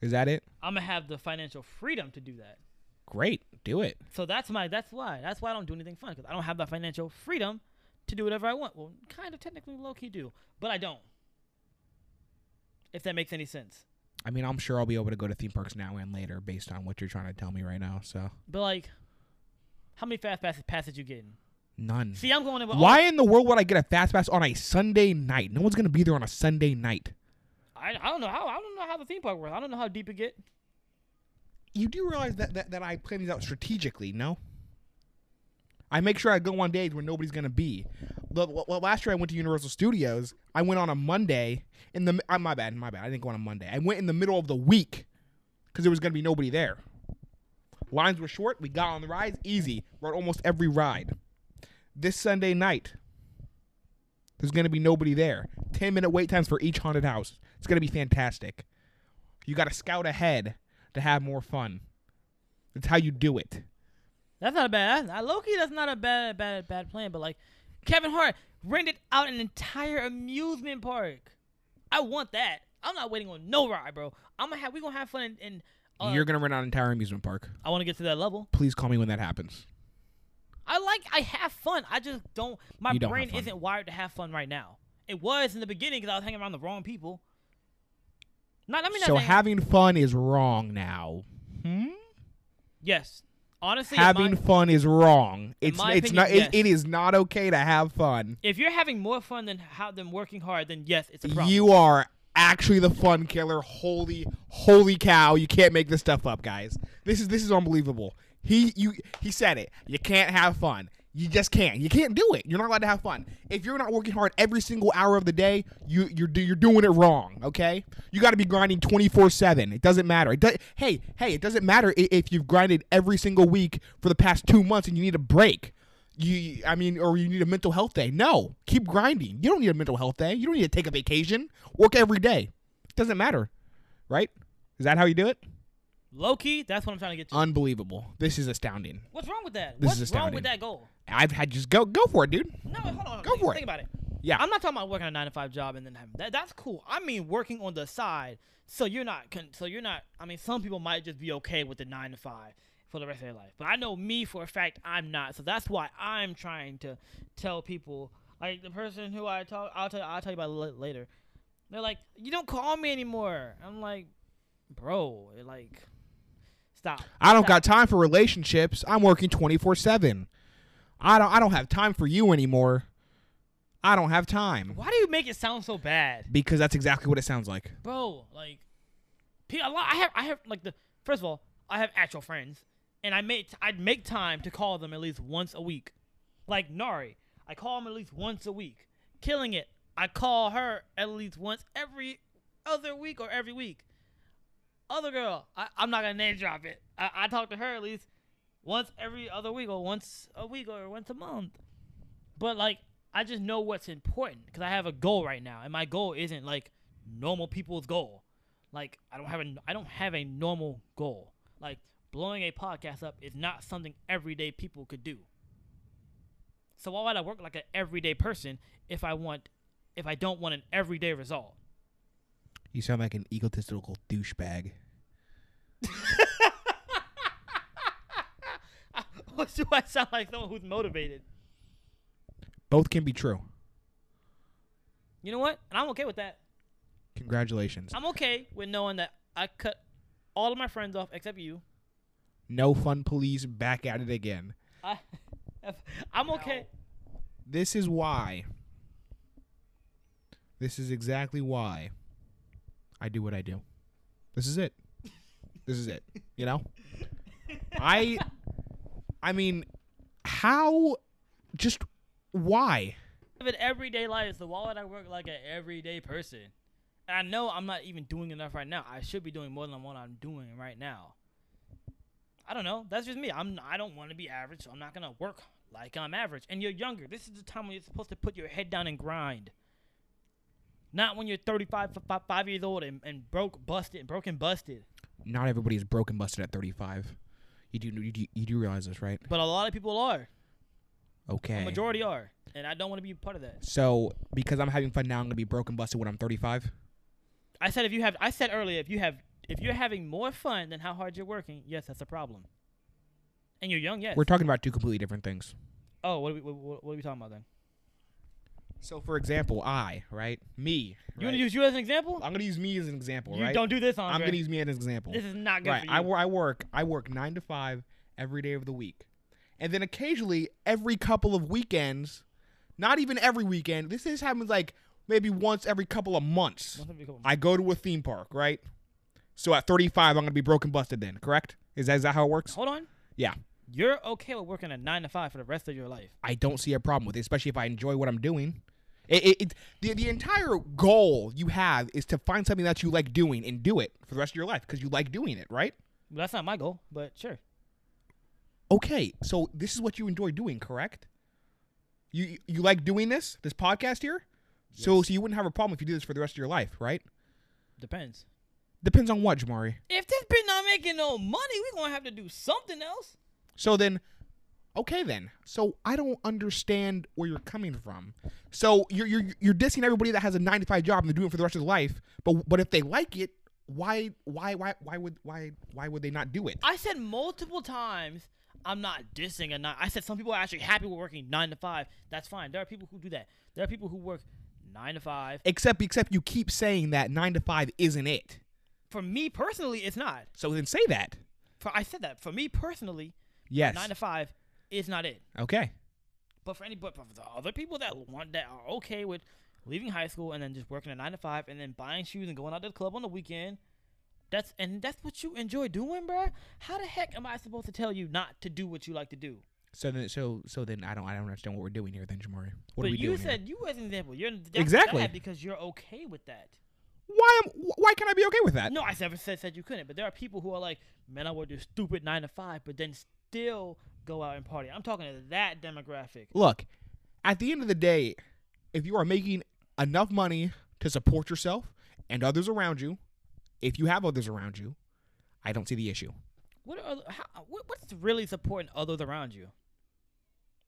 Speaker 1: Is that it?
Speaker 2: I'm gonna have the financial freedom to do that.
Speaker 1: Great, do it.
Speaker 2: So that's my. That's why. That's why I don't do anything fun because I don't have that financial freedom to do whatever I want. Well, kind of technically low key do, but I don't. If that makes any sense.
Speaker 1: I mean, I'm sure I'll be able to go to theme parks now and later based on what you're trying to tell me right now. So
Speaker 2: But like, how many fast passes passes you getting?
Speaker 1: none.
Speaker 2: See, I'm going in with all-
Speaker 1: Why in the world would I get a fast pass on a Sunday night? No one's gonna be there on a Sunday night.
Speaker 2: I, I don't know how I don't know how the theme park works. I don't know how deep it get.
Speaker 1: You do realize that that, that I plan these out strategically, no? I make sure I go on days where nobody's gonna be. L- l- l- last year I went to Universal Studios. I went on a Monday in the. Uh, my bad, my bad. I didn't go on a Monday. I went in the middle of the week because there was gonna be nobody there. Lines were short. We got on the rides easy. Rode almost every ride. This Sunday night, there's gonna be nobody there. Ten minute wait times for each haunted house. It's gonna be fantastic. You gotta scout ahead to have more fun. It's how you do it.
Speaker 2: That's not a bad. I Loki, that's not a bad bad bad plan. But like, Kevin Hart rented out an entire amusement park. I want that. I'm not waiting on no ride, bro. I'm gonna have we gonna have fun and, and uh,
Speaker 1: You're gonna rent out an entire amusement park.
Speaker 2: I want to get to that level.
Speaker 1: Please call me when that happens.
Speaker 2: I like I have fun. I just don't. My
Speaker 1: You don't
Speaker 2: brain
Speaker 1: have fun.
Speaker 2: isn't wired to have fun right now. It was in the beginning because I was hanging around the wrong people. Not I mean. not
Speaker 1: so
Speaker 2: saying-
Speaker 1: having fun is wrong now. Hmm?
Speaker 2: yes. Honestly, in
Speaker 1: Having
Speaker 2: my-
Speaker 1: fun is wrong. It's
Speaker 2: my
Speaker 1: it's
Speaker 2: opinion,
Speaker 1: not
Speaker 2: yes.
Speaker 1: it, it is not okay to have fun.
Speaker 2: if you're having more fun than how than working hard, then yes, it's a problem.
Speaker 1: You are actually the fun killer. Holy holy cow, you can't make this stuff up, guys. This is this is unbelievable. He you he said it. You can't have fun. You just can't. You can't do it. You're not allowed to have fun. If you're not working hard every single hour of the day, you you're do- you're doing it wrong. Okay, you got to be grinding 24 seven. It doesn't matter. It does, hey hey, it doesn't matter i- if you've grinded every single week for the past two months and you need a break you i mean or you need a mental health day no keep grinding you don't need a mental health day you don't need to take a vacation work every day doesn't matter right is that how you do it
Speaker 2: Low key, that's what I'm trying to get to.
Speaker 1: unbelievable this is astounding
Speaker 2: What's wrong with that?
Speaker 1: This
Speaker 2: What's
Speaker 1: is
Speaker 2: wrong with
Speaker 1: astounding.
Speaker 2: that goal?
Speaker 1: i've had just go go for it dude
Speaker 2: No, wait, hold on.
Speaker 1: Go
Speaker 2: think,
Speaker 1: for it.
Speaker 2: Think about it.
Speaker 1: Yeah.
Speaker 2: I'm not talking about working a nine to five job and then having that. That's cool. I mean working on the side. So you're not. Con- so you're not. I mean, some people might just be okay with the nine to five for the rest of their life. But I know me for a fact, I'm not. So that's why I'm trying to tell people, like the person who I talk, I'll tell, I'll tell you about it la- later. They're like, you don't call me anymore. I'm like, bro, like, stop.
Speaker 1: I don't
Speaker 2: Stop.
Speaker 1: got time for relationships. I'm working 24/7. I don't I don't have time for you anymore. I don't have time.
Speaker 2: Why do you make it sound so bad?
Speaker 1: Because that's exactly what it sounds like.
Speaker 2: bro, like, pe- a lot. I have, I have, like, the first of all, I have actual friends, and I make, I'd make time to call them at least once a week. Like Nari, I call him at least once a week. Killing it, I call her at least once every other week or every week. Other girl, I, I'm not gonna name drop it. I, I talk to her at least once every other week or once a week or once a month. But like, I just know what's important because I have a goal right now, and my goal isn't like normal people's goal. Like, I don't have a I don't have a normal goal. Like blowing a podcast up is not something everyday people could do. So why would I work like an everyday person if I want if I don't want an everyday result?
Speaker 1: You sound like an egotistical douchebag.
Speaker 2: what do I sound like someone who's motivated?
Speaker 1: Both can be true.
Speaker 2: You know what? And I'm okay with that.
Speaker 1: Congratulations.
Speaker 2: I'm okay with knowing that I cut all of my friends off except you.
Speaker 1: No fun police back at it again.
Speaker 2: I, I'm okay.
Speaker 1: This is why. This is exactly why I do what I do. This is it. This is it. You know? I I mean, how just why?
Speaker 2: live an everyday life, so why would I work like an everyday person? And I know I'm not even doing enough right now. I should be doing more than what I'm doing right now. I don't know. That's just me. I'm I don't want to be average, so I'm not gonna work like I'm average. And you're younger. This is the time when you're supposed to put your head down and grind. Not when you're 35, f- f- five years old and, and broke, busted, broken, busted.
Speaker 1: Not everybody is broken busted at 35. You do you do, you do realize this, right?
Speaker 2: But a lot of people are.
Speaker 1: Okay.
Speaker 2: The majority are, and I don't want to be part of that.
Speaker 1: So, because I'm having fun now, I'm going to be broken busted when I'm 35.
Speaker 2: I said if you have I said earlier if you have if you're having more fun than how hard you're working, yes, that's a problem. And you're young, yes.
Speaker 1: We're talking about two completely different things.
Speaker 2: oh, what are, we, what, what are we talking about then?
Speaker 1: So, for example, I, right? Me.
Speaker 2: You want
Speaker 1: right?
Speaker 2: to use you as an example?
Speaker 1: I'm gonna use me as an example,
Speaker 2: you
Speaker 1: right?
Speaker 2: don't do this, Andre.
Speaker 1: I'm gonna use me as an example.
Speaker 2: this is not good
Speaker 1: right.
Speaker 2: for you.
Speaker 1: I, wor- I work. I work nine to five every day of the week, and then occasionally every couple of weekends, not even every weekend. This this happens like maybe once every couple of months. I go to a theme park, right? So at 35, I'm gonna be broken busted. Then, correct? Is that, is that how it works?
Speaker 2: Hold on.
Speaker 1: Yeah.
Speaker 2: You're okay with working a nine to five for the rest of your life.
Speaker 1: I don't see a problem with it, especially if I enjoy what I'm doing. It, it, it the the entire goal you have is to find something that you like doing and do it for the rest of your life because you like doing it, right?
Speaker 2: Well, that's not my goal, but sure.
Speaker 1: okay, so this is what you enjoy doing, correct? You you like doing this, this podcast here? So so you wouldn't have a problem if you do this for the rest of your life, right?
Speaker 2: Depends.
Speaker 1: Depends on what, Jamari.
Speaker 2: If this bitch not making no money, we're gonna have to do something else.
Speaker 1: So then okay then. So I don't understand where you're coming from. So you're you're you're dissing everybody that has a 9 to 5 job and they're doing it for the rest of their life, but but if they like it, why why why why would why why would they not do it?
Speaker 2: I said multiple times I'm not dissing and not. I said some people are actually happy with working nine to five. That's fine. There are people who do that. There are people who work nine to five.
Speaker 1: Except except you keep saying that 9 to 5 isn't it.
Speaker 2: For me personally, it's not.
Speaker 1: So then say that.
Speaker 2: For I said that. For me personally,
Speaker 1: Yes.
Speaker 2: nine to five is not it.
Speaker 1: okay.
Speaker 2: But for any but for the other people that want that are okay with leaving high school and then just working a nine to five and then buying shoes and going out to the club on the weekend. That's and that's what you enjoy doing, bruh. How the heck am I supposed to tell you not to do what you like to do?
Speaker 1: So then, so so then, I don't, I don't understand what we're doing here, then, Jamari. What are
Speaker 2: but
Speaker 1: we
Speaker 2: you
Speaker 1: doing?
Speaker 2: said you as an example. You're that's
Speaker 1: Exactly.
Speaker 2: bad because you're okay with that.
Speaker 1: here? why am, wh- why can I be okay with that?
Speaker 2: No, I never said said you couldn't. But there are people who are like, man, I work this stupid nine to five, but then still go out and party. I'm talking to that demographic.
Speaker 1: Look, at the end of the day, if you are making enough money to support yourself and others around you, if you have others around you, I don't see the issue.
Speaker 2: What are how, what, what's really supporting others around you?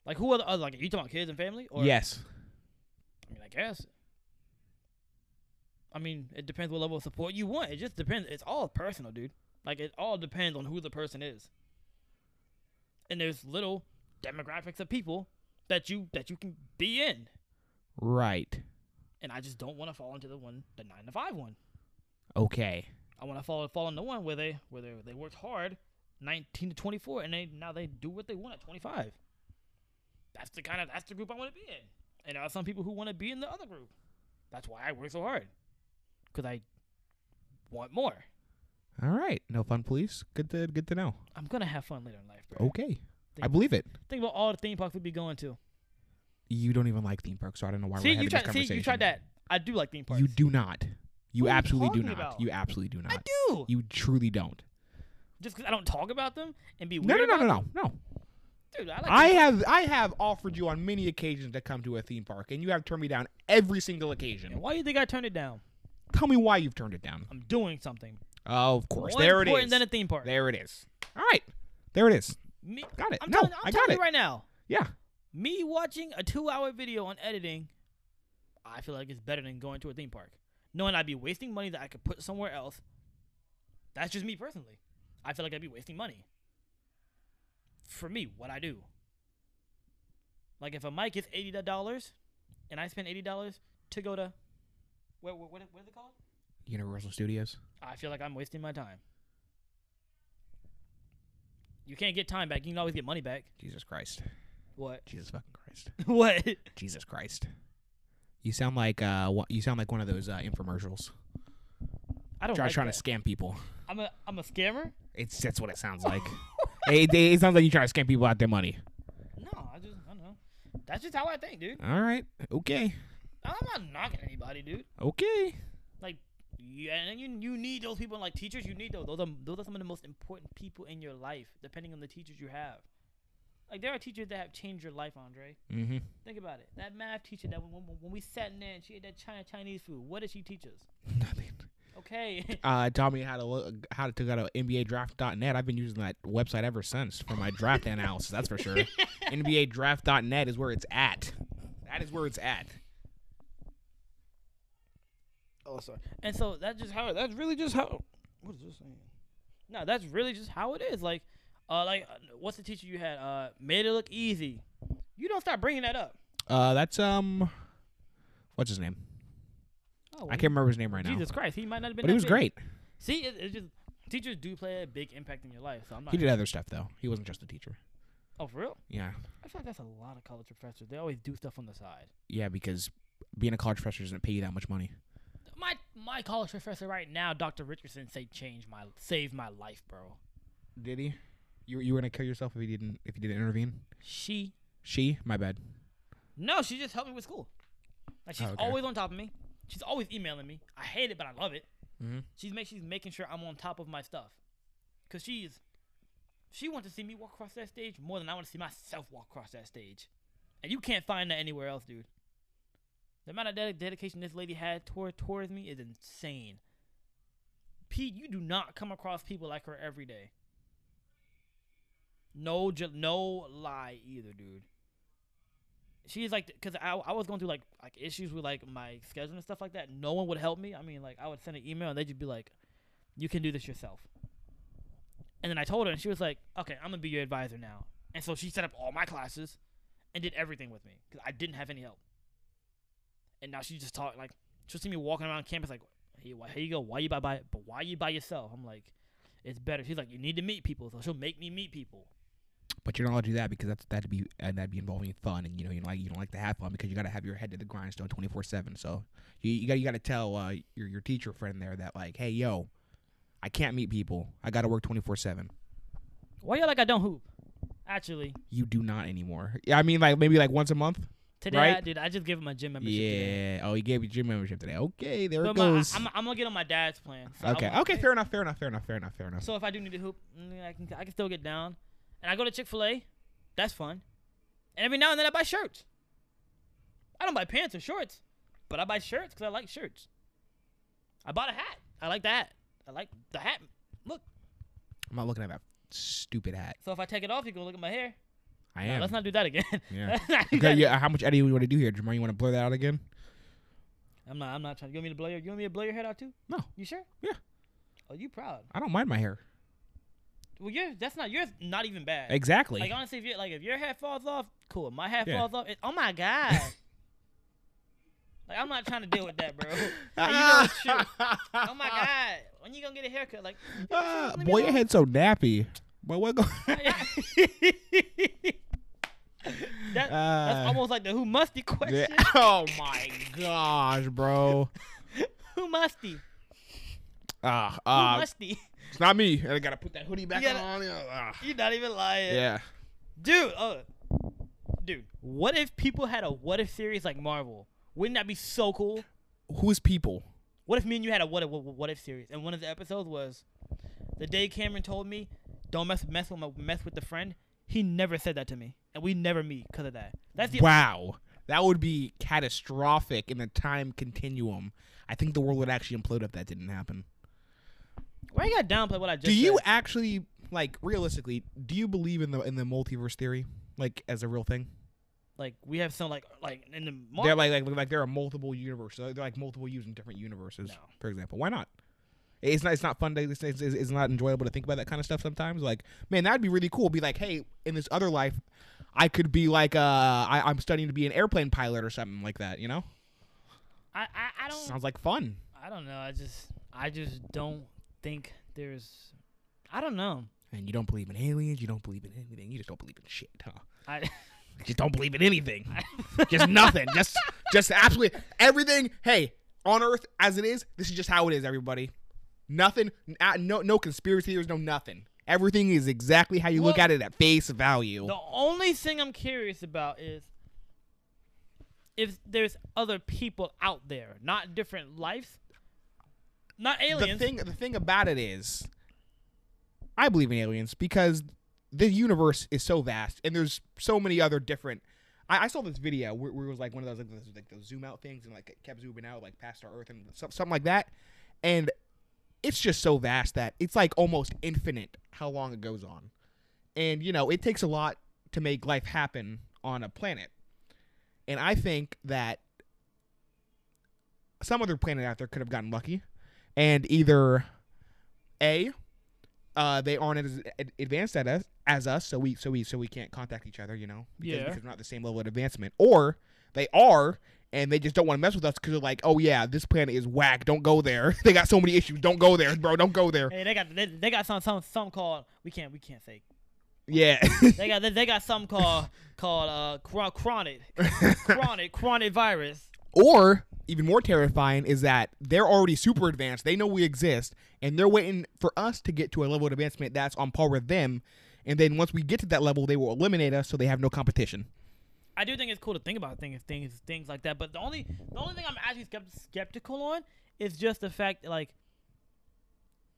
Speaker 2: Like who are the other? Like you talking about kids and family? Or,
Speaker 1: yes,
Speaker 2: I I mean, I guess. I mean, it depends what level of support you want. It just depends. It's all personal, dude. Like it all depends on who the person is. And there's little demographics of people that you that you can be in.
Speaker 1: Right.
Speaker 2: And I just don't want to fall into the one the nine to five one.
Speaker 1: Okay.
Speaker 2: I want to fall fall into one where they where they, they worked hard, nineteen to twenty four, and they now they do what they want at twenty five. That's the kind of that's the group I want to be in. And there are some people who want to be in the other group. That's why I work so hard, because I want more.
Speaker 1: All right. No fun, please. Good to good to know.
Speaker 2: I'm gonna have fun later in life, bro.
Speaker 1: Okay. I
Speaker 2: Thank-
Speaker 1: believe it.
Speaker 2: Think about all the theme parks we'd be going to.
Speaker 1: You don't even like theme parks, so I don't know why
Speaker 2: see,
Speaker 1: we're having
Speaker 2: you tried.
Speaker 1: this
Speaker 2: See,
Speaker 1: conversation.
Speaker 2: you tried that. I do like theme parks.
Speaker 1: You do not. You
Speaker 2: What are you
Speaker 1: absolutely do
Speaker 2: talking
Speaker 1: not.
Speaker 2: about?
Speaker 1: You absolutely do
Speaker 2: I
Speaker 1: not.
Speaker 2: do.
Speaker 1: You truly don't.
Speaker 2: Just because I don't talk about them and be weird.
Speaker 1: No, no, no,
Speaker 2: about
Speaker 1: no, no, no.
Speaker 2: Dude, I like.
Speaker 1: I have I have offered you on many occasions to come to a theme park, and you have turned me down every single occasion.
Speaker 2: And why do you think I turned it down?
Speaker 1: Tell me why you've turned it down.
Speaker 2: I'm doing something.
Speaker 1: Oh, of course.
Speaker 2: More
Speaker 1: there it
Speaker 2: important
Speaker 1: is.
Speaker 2: than a theme park.
Speaker 1: there it is. All right. There it is.
Speaker 2: Me,
Speaker 1: Got it.
Speaker 2: I'm
Speaker 1: no,
Speaker 2: telling, I'm
Speaker 1: I
Speaker 2: telling
Speaker 1: got it.
Speaker 2: you right now.
Speaker 1: Yeah.
Speaker 2: Me watching a two-hour video on editing, I feel like it's better than going to a theme park, knowing I'd be wasting money that I could put somewhere else. That's just me personally. I feel like I'd be wasting money. For me, what I do. Like if a mic is eighty dollars, and I spend eighty dollars to go to, where, where, what, what is it called?
Speaker 1: Universal Studios.
Speaker 2: I feel like I'm wasting my time. You can't get time back. You can always get money back.
Speaker 1: Jesus Christ.
Speaker 2: What?
Speaker 1: Jesus fucking Christ.
Speaker 2: what?
Speaker 1: Jesus Christ. You sound like uh, wha- you sound like one of those uh, infomercials.
Speaker 2: I don't.
Speaker 1: Try
Speaker 2: like
Speaker 1: trying
Speaker 2: that.
Speaker 1: to scam people.
Speaker 2: I'm a I'm a scammer.
Speaker 1: It's that's what it sounds like. it, it- it sounds like you're trying to scam people out their money.
Speaker 2: No, I just I don't know. That's just how I think, dude.
Speaker 1: All right. Okay.
Speaker 2: I'm not knocking anybody, dude.
Speaker 1: Okay.
Speaker 2: Like, yeah, and you you need those people like teachers. You need those. Those are those are some of the most important people in your life, depending on the teachers you have. Like there are teachers that have changed your life, Andre.
Speaker 1: Mm-hmm.
Speaker 2: Think about it. That math teacher that when, when, when we sat in there and she ate that China Chinese food, what did she teach us?
Speaker 1: Nothing.
Speaker 2: Okay,
Speaker 1: Uh, taught me how to look, how to go to NBADraft.net. I've been using that website ever since for my draft analysis. That's for sure. NBADraft.net is where it's at. That is where it's at.
Speaker 2: Oh, sorry. And so that's just how. That's really just how. What is this saying? No, that's really just how it is. Like, uh, like uh, what's the teacher you had? Uh, made it look easy. You don't stop bringing that up.
Speaker 1: Uh, that's um, what's his name?
Speaker 2: Oh,
Speaker 1: I can't remember his name right now.
Speaker 2: Jesus Christ, he might not have been.
Speaker 1: But he
Speaker 2: that
Speaker 1: was
Speaker 2: big.
Speaker 1: great.
Speaker 2: See, it, it's just teachers do play a big impact in your life. So I'm not.
Speaker 1: He did other stuff though. He wasn't just a teacher.
Speaker 2: Oh, for real?
Speaker 1: Yeah.
Speaker 2: I feel like that's a lot of college professors. They always do stuff on the side.
Speaker 1: Yeah, because being a college professor doesn't pay you that much money.
Speaker 2: My my college professor right now, Dr. Richardson, say change my save my life, bro.
Speaker 1: Did he? You you were gonna kill yourself if he didn't if he didn't intervene.
Speaker 2: She
Speaker 1: She, my bad.
Speaker 2: No, she just helped me with school. Like she's
Speaker 1: Oh, okay.
Speaker 2: always on top of me. She's always emailing me. I hate it, but I love it.
Speaker 1: Mm-hmm.
Speaker 2: She's make, she's making sure I'm on top of my stuff, cause she's she wants to see me walk across that stage more than I want to see myself walk across that stage, and you can't find that anywhere else, dude. The amount of ded- dedication this lady had toward towards me is insane. Pete, you do not come across people like her every day. No, ju- no lie either, dude. She's like, cause I, I was going through like like issues with like my schedule and stuff like that. No one would help me. I mean, like I would send an email and they'd just be like, "You can do this yourself." And then I told her, and she was like, "Okay, I'm gonna be your advisor now." And so she set up all my classes and did everything with me because I didn't have any help. And now she just taught like she'll see me walking around campus like, "Hey, why, here you go. Why you by by? But why you by yourself?" I'm like, "It's better." She's like, "You need to meet people," so she'll make me meet people.
Speaker 1: But you don't want to do that because that's that'd be and that'd be involving fun, and you know you don't like you don't like to have fun because you gotta have your head to the grindstone twenty four seven. So you you gotta you gotta tell uh, your your teacher friend there that like, hey yo, I can't meet people. I gotta work twenty four seven.
Speaker 2: Why you like I don't hoop? Actually,
Speaker 1: You do not anymore. Yeah, I mean like maybe like once a month.
Speaker 2: today,
Speaker 1: Right?
Speaker 2: I, dude, I just gave him my gym membership.
Speaker 1: yeah.
Speaker 2: Today.
Speaker 1: Oh, he gave you gym membership today. Okay, there it
Speaker 2: But my, I,
Speaker 1: goes.
Speaker 2: I'm, I'm gonna get on my dad's plan. So I
Speaker 1: okay.
Speaker 2: won't-
Speaker 1: Okay. Fair enough. Fair enough. Fair enough. Fair enough. Fair enough.
Speaker 2: So if I do need to hoop, mm, I can I can still get down. And I go to Chick Fil A, that's fun. And every now and then I buy shirts. I don't buy pants or shorts, but I buy shirts because I like shirts. I bought a hat. I like that. I like the hat. Look.
Speaker 1: I'm not looking at that stupid hat.
Speaker 2: So if I take it off, you can look at my hair.
Speaker 1: I
Speaker 2: No,
Speaker 1: am.
Speaker 2: let's not do that again.
Speaker 1: Yeah.
Speaker 2: Let's not do
Speaker 1: Okay,
Speaker 2: that
Speaker 1: yeah, how much editing you want to do here, Jamar? You want to blur that out again?
Speaker 2: I'm not. I'm not trying. You want me to blow your? You want me to blow your head out too?
Speaker 1: No.
Speaker 2: You sure?
Speaker 1: Yeah.
Speaker 2: Oh, you proud?
Speaker 1: I don't mind my hair.
Speaker 2: Well, yours. That's not yours. Not even bad.
Speaker 1: Exactly.
Speaker 2: Like honestly, if you like, if your head falls off, cool. If my head
Speaker 1: Yeah.
Speaker 2: falls off. It, oh my god. like I'm not trying to deal with that, bro. Like, you know it's true. Oh my god. When you gonna get a haircut? Like.
Speaker 1: Ah,
Speaker 2: Let me
Speaker 1: boy, your
Speaker 2: alone.
Speaker 1: head's so nappy. But what? Go-
Speaker 2: that,
Speaker 1: Uh,
Speaker 2: that's almost like the who musty
Speaker 1: Yeah.
Speaker 2: question.
Speaker 1: Oh my gosh, bro.
Speaker 2: who musty?
Speaker 1: Ah,
Speaker 2: Who
Speaker 1: ah,
Speaker 2: musty?
Speaker 1: it's not me. And I gotta put that hoodie back
Speaker 2: You gotta-
Speaker 1: on. Yeah, ah.
Speaker 2: You're not even lying.
Speaker 1: yeah.
Speaker 2: Dude, oh, dude, what if people had a what if series like Marvel? Wouldn't that be so cool?
Speaker 1: Who's people?
Speaker 2: What if me and you had a what if, what, what if series? And one of the episodes was the day Cameron told me, "Don't mess mess with my, mess with the friend." He never said that to me, and we never meet because of that. That's the
Speaker 1: Wow, that would be catastrophic in the time continuum. I think the world would actually implode if that didn't happen.
Speaker 2: why you got downplay what I just.
Speaker 1: do you
Speaker 2: said?
Speaker 1: actually like realistically? Do you believe in the in the multiverse theory, like as a real thing?
Speaker 2: like? We have some like like in the
Speaker 1: They're
Speaker 2: Marvel.
Speaker 1: like like like there are multiple universes. Like, They're like multiple yous in different universes.
Speaker 2: No.
Speaker 1: For example, why not? It's not it's not fun to it's, it's, it's not enjoyable to think about that kind of stuff sometimes. Like man, that'd be really cool. Be like, hey, in this other life, I could be like uh I, I'm studying to be an airplane pilot or something like that. You know,
Speaker 2: I, I I don't.
Speaker 1: sounds like fun.
Speaker 2: I don't know. I just I just don't think there's. I don't know.
Speaker 1: And you don't believe in aliens. You don't believe in anything. You just don't believe in shit, huh?
Speaker 2: I.
Speaker 1: Just don't believe in anything. just nothing. Just just absolutely everything. Hey, on Earth as it is, this is just how it is. Everybody, nothing. n- uh, No no conspiracy theories. No nothing. Everything is exactly how you look
Speaker 2: Well-
Speaker 1: at it at face value.
Speaker 2: The only thing I'm curious about is if there's other people out there, not different lives, not
Speaker 1: the
Speaker 2: aliens.
Speaker 1: thing the thing about it is, I believe in aliens because the universe is so vast and there's so many other different. I, I saw this video where, where it was like one of those like, those like those zoom out things and like it kept zooming out like past our Earth and some, something like that, and it's just so vast that it's like almost infinite how long it goes on, and you know it takes a lot to make life happen on a planet, and I think that some other planet out there could have gotten lucky and either a uh, they aren't as ad- advanced at us as us, so we so we so we can't contact each other, you know, because,
Speaker 2: Yeah.
Speaker 1: because we're not the same level of advancement. Or they are, and they just don't want to mess with us because they're like, oh yeah, this planet is whack. Don't go there. they got so many issues. Don't go there, bro. Don't go there.
Speaker 2: Hey, they got they, they got some some some called we can't we can't say
Speaker 1: Yeah.
Speaker 2: they got they, they got something called called uh chron- chronic chronic chronic virus.
Speaker 1: Or even more terrifying is that they're already super advanced. They know we exist, and they're waiting for us to get to a level of advancement that's on par with them. And then once we get to that level, they will eliminate us, so they have no competition.
Speaker 2: I do think it's cool to think about things, things, things like that. But the only, the only thing I'm actually skept- skeptical on is just the fact, that, like,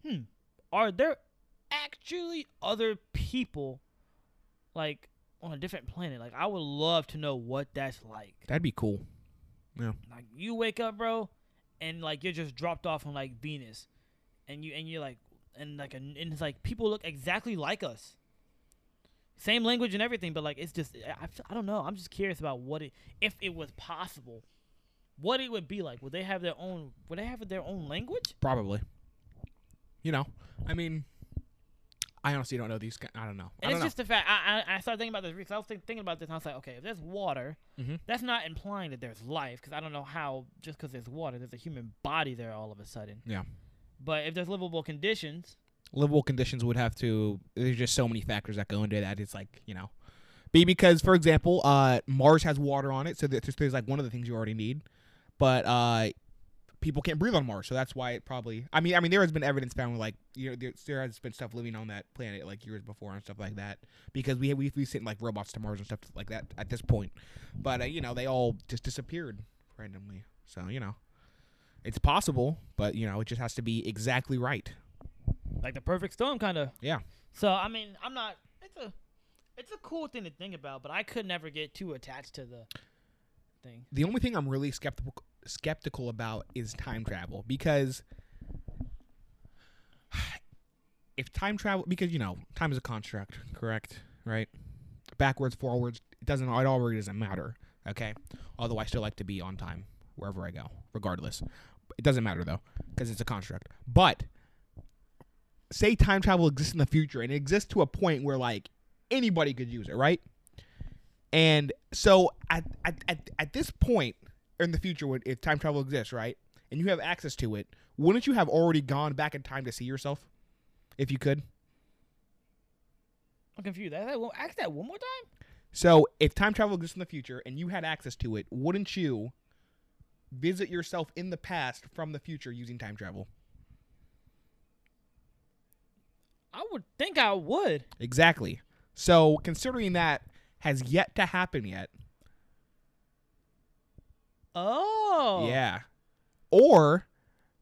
Speaker 2: hmm, are there actually other people, like, on a different planet? Like, I would love to know what that's like.
Speaker 1: That'd be cool.
Speaker 2: Like, you wake up, bro, and like you're just dropped off on like Venus, and you and you're like, and like, and it's like people look exactly like us. Same language and everything, but like it's just I- I, feel- I don't know. I'm just curious about what it if it was possible, what it would be like. Would they have their own? Would they have their own language?
Speaker 1: Probably. You know, I mean, I honestly don't know these. guy- I don't know. I
Speaker 2: And
Speaker 1: don't
Speaker 2: it's
Speaker 1: know.
Speaker 2: just the fact I, I I started thinking about this because I was think- thinking about this and I was like, okay, if there's water,
Speaker 1: Mhm.
Speaker 2: that's not implying that there's life because I don't know how just because there's water, there's a human body there all of a sudden.
Speaker 1: Yeah.
Speaker 2: But if there's livable conditions,
Speaker 1: livable conditions would have to. There's just so many factors that go into that. It's like you know, be because for example, uh, Mars has water on it, so that there's, there's like one of the things you already need, but uh, people can't breathe on Mars, so that's why it probably. I mean, I mean, there has been evidence found with like you know, there, there has been stuff living on that planet like years before and stuff like that, because we we we sent like robots to Mars and stuff like that at this point, but uh, you know they all just disappeared randomly, so you know. It's possible, but you know, it just has to be exactly right.
Speaker 2: like the perfect storm kind of
Speaker 1: Yeah.
Speaker 2: so i mean i'm not it's a it's a cool thing to think about but i could never get too attached to the thing
Speaker 1: the only thing I'm really skeptical skeptical about is time travel because if time travel because you know time is a construct, correct? Right? Backwards, forwards, it doesn't it already doesn't matter. Okay. Although I still like to be on time. wherever I go, regardless. It doesn't matter though, because it's a construct. But say time travel exists in the future and it exists to a point where like anybody could use it, right? And so at at at, at this point in the future, when if time travel exists, right, and you have access to it, wouldn't you have already gone back in time to see yourself if you could?
Speaker 2: I'm confused. Ask that, one- ask that one more time.
Speaker 1: So if time travel exists in the future and you had access to it, wouldn't you visit yourself in the past from the future using time travel?
Speaker 2: I would think I would.
Speaker 1: Exactly. So considering that has yet to happen yet.
Speaker 2: Oh.
Speaker 1: Yeah. Or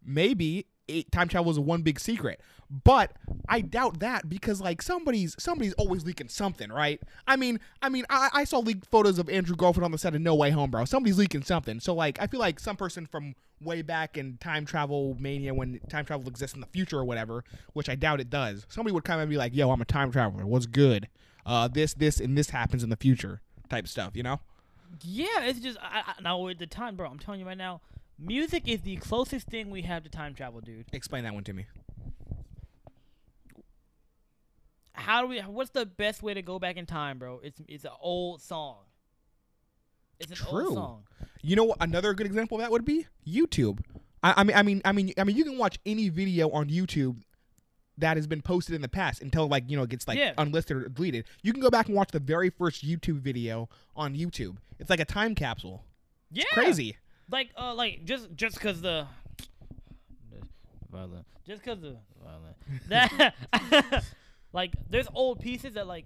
Speaker 1: maybe it, time travel is one big secret. But I doubt that because like somebody's somebody's always leaking something, right? I mean, I mean, I, I saw leaked photos of Andrew Garfield on the set of No Way Home, bro. Somebody's leaking something. So like, I feel like some person from way back in time travel mania, when time travel exists in the future or whatever, which I doubt it does. Somebody would come and be like, "Yo, I'm a time traveler. What's good? Uh, this, this, and this happens in the future." Type stuff, you know?
Speaker 2: Yeah, it's just I, I, now with the time, bro. I'm telling you right now, music is the closest thing we have to time travel, dude.
Speaker 1: Explain that one to me.
Speaker 2: How do we? What's the best way to go back in time, bro? It's it's an old song. It's an
Speaker 1: True.
Speaker 2: old song.
Speaker 1: You know what another good example of that would be YouTube. I, I mean, I mean, I mean, I mean, you can watch any video on YouTube that has been posted in the past until like you know it gets like
Speaker 2: Yeah.
Speaker 1: unlisted or deleted. You can go back and watch the very first YouTube video on YouTube. It's like a time capsule.
Speaker 2: Yeah.
Speaker 1: Crazy.
Speaker 2: Like uh, like just just cause the. Violent. Just cause the violent. That like there's old pieces that like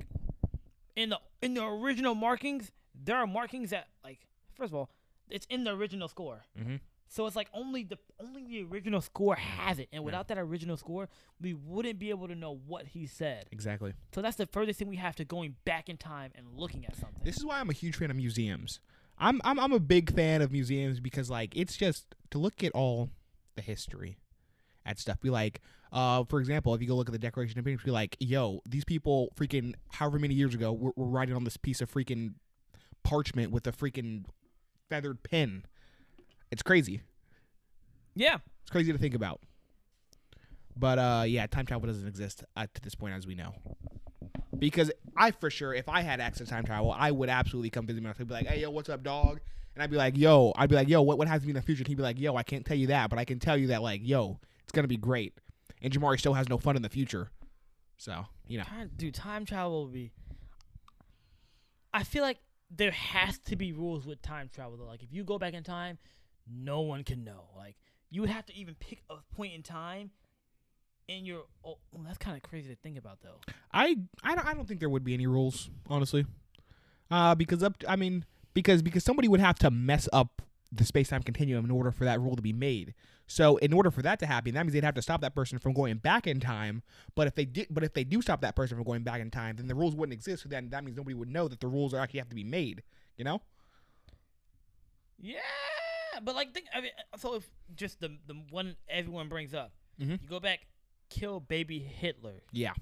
Speaker 2: in the in the original markings there are markings that like first of all it's in the original score.
Speaker 1: Mhm.
Speaker 2: So it's like only the only the original score has it, and without that original score, we wouldn't be able to know what he said.
Speaker 1: Exactly.
Speaker 2: So that's the furthest thing we have to going back in time and looking at something.
Speaker 1: This is why I'm a huge fan of museums. I'm I'm I'm a big fan of museums because like it's just to look at all the history at stuff. Be like, uh, for example, if you go look at the Declaration of Independence, be like, yo, these people freaking however many years ago were, were writing on this piece of freaking parchment with a freaking feathered pen. It's crazy.
Speaker 2: yeah,
Speaker 1: It's crazy to think about. But uh, yeah, time travel doesn't exist uh, to this point, as we know. Because I, for sure, if I had access to time travel, I would absolutely come visit me. I'd be like, "Hey, yo, what's up, dog?" And I'd be like, "Yo," I'd be like, "Yo, what what happens to me in the future?" And he'd be like, "Yo, I can't tell you that, but I can tell you that, like, yo, it's gonna be great." And Jamari still has no fun in the future, so you know.
Speaker 2: time, dude, time travel would be. I feel like there has to be rules with time travel though. Like if you go back in time, no one can know. Like you would have to even pick a point in time, in your. Oh, that's kind of crazy to think about though.
Speaker 1: I I don't, I don't think there would be any rules, honestly. Uh, because up I mean because because somebody would have to mess up the space time continuum in order for that rule to be made. So in order for that to happen, that means they'd have to stop that person from going back in time. But if they did, but if they do stop that person from going back in time, then the rules wouldn't exist. So then that means nobody would know that the rules are actually have to be made. You know?
Speaker 2: Yeah, but like, think I mean, so if just the the one everyone brings up,
Speaker 1: Mhm.
Speaker 2: you go back, kill baby Hitler,
Speaker 1: Yeah.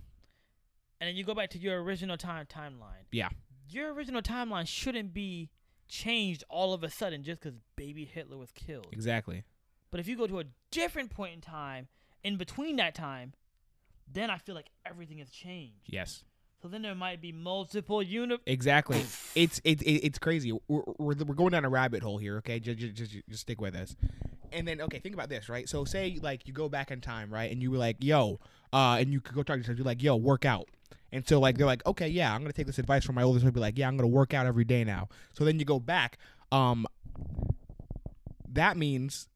Speaker 2: and then you go back to your original time timeline.
Speaker 1: Yeah.
Speaker 2: Your original timeline shouldn't be changed all of a sudden just because baby Hitler was killed.
Speaker 1: Exactly.
Speaker 2: But if you go to a different point in time, in between that time, then I feel like everything has changed.
Speaker 1: Yes.
Speaker 2: So then there might be multiple uni.
Speaker 1: Exactly. It's it, it it's crazy. We're, we're, we're going down a rabbit hole here. Okay, just, just just just stick with us. And then okay, think about this, right? So say like you go back in time, right? And you were like, yo, uh, and you could go talk to yourself. You're like, yo, work out. And so like they're like, okay, yeah, I'm gonna take this advice from my older self. Be like, yeah, I'm gonna work out every day now. So then you go back. Um, that means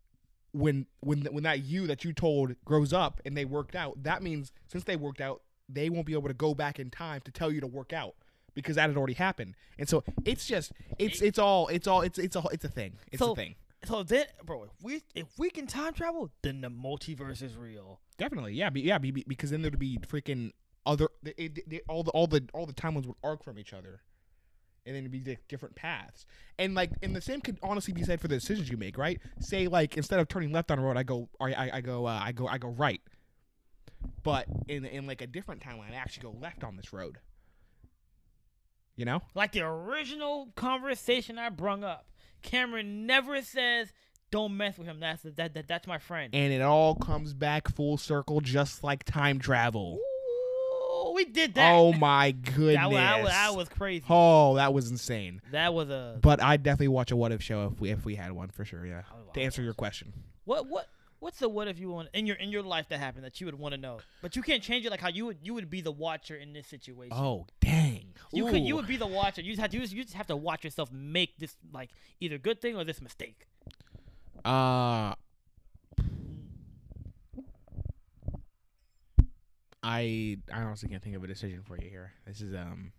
Speaker 1: when when when that you that you told grows up and they worked out, that means since they worked out, they won't be able to go back in time to tell you to work out because that had already happened. And so it's just it's it's all it's all it's it's a it's a thing. It's
Speaker 2: So-
Speaker 1: a thing.
Speaker 2: So then, bro, if we if we can time travel, then the multiverse is real.
Speaker 1: Definitely, yeah, be, yeah, be, be- because then there'd be freaking other they, they, they, all the all the all the timelines would arc from each other, and then it'd be like different paths. And like, and the same could honestly be said for the decisions you make, right? Say like instead of turning left on a road, I go, I I, I go, uh, I go, I go right. But in in like a different timeline, I actually go left on this road. You know?
Speaker 2: Like the original conversation I brung up, Cameron never says Don't mess with him. That's that, that that's my friend.
Speaker 1: and it all comes back full circle, just like time travel.
Speaker 2: Ooh, we did that.
Speaker 1: Oh my goodness!
Speaker 2: that, wa- that, wa- that was crazy.
Speaker 1: oh, that was insane.
Speaker 2: That was a
Speaker 1: But I'd definitely watch a what if show if we if we had one for sure. Yeah.
Speaker 2: I would
Speaker 1: To
Speaker 2: watch
Speaker 1: answer
Speaker 2: that.
Speaker 1: your question,
Speaker 2: what what what's the what if you want in your in your life that happened that you would want to know, but you can't change it like how you would you would be the watcher in this situation.
Speaker 1: oh dang,
Speaker 2: You could
Speaker 1: Ooh.
Speaker 2: you would be the watcher. You just have to you just, you just have to watch yourself make this like either good thing or this mistake.
Speaker 1: Uh, I I honestly can't think of a decision for you here. This is um,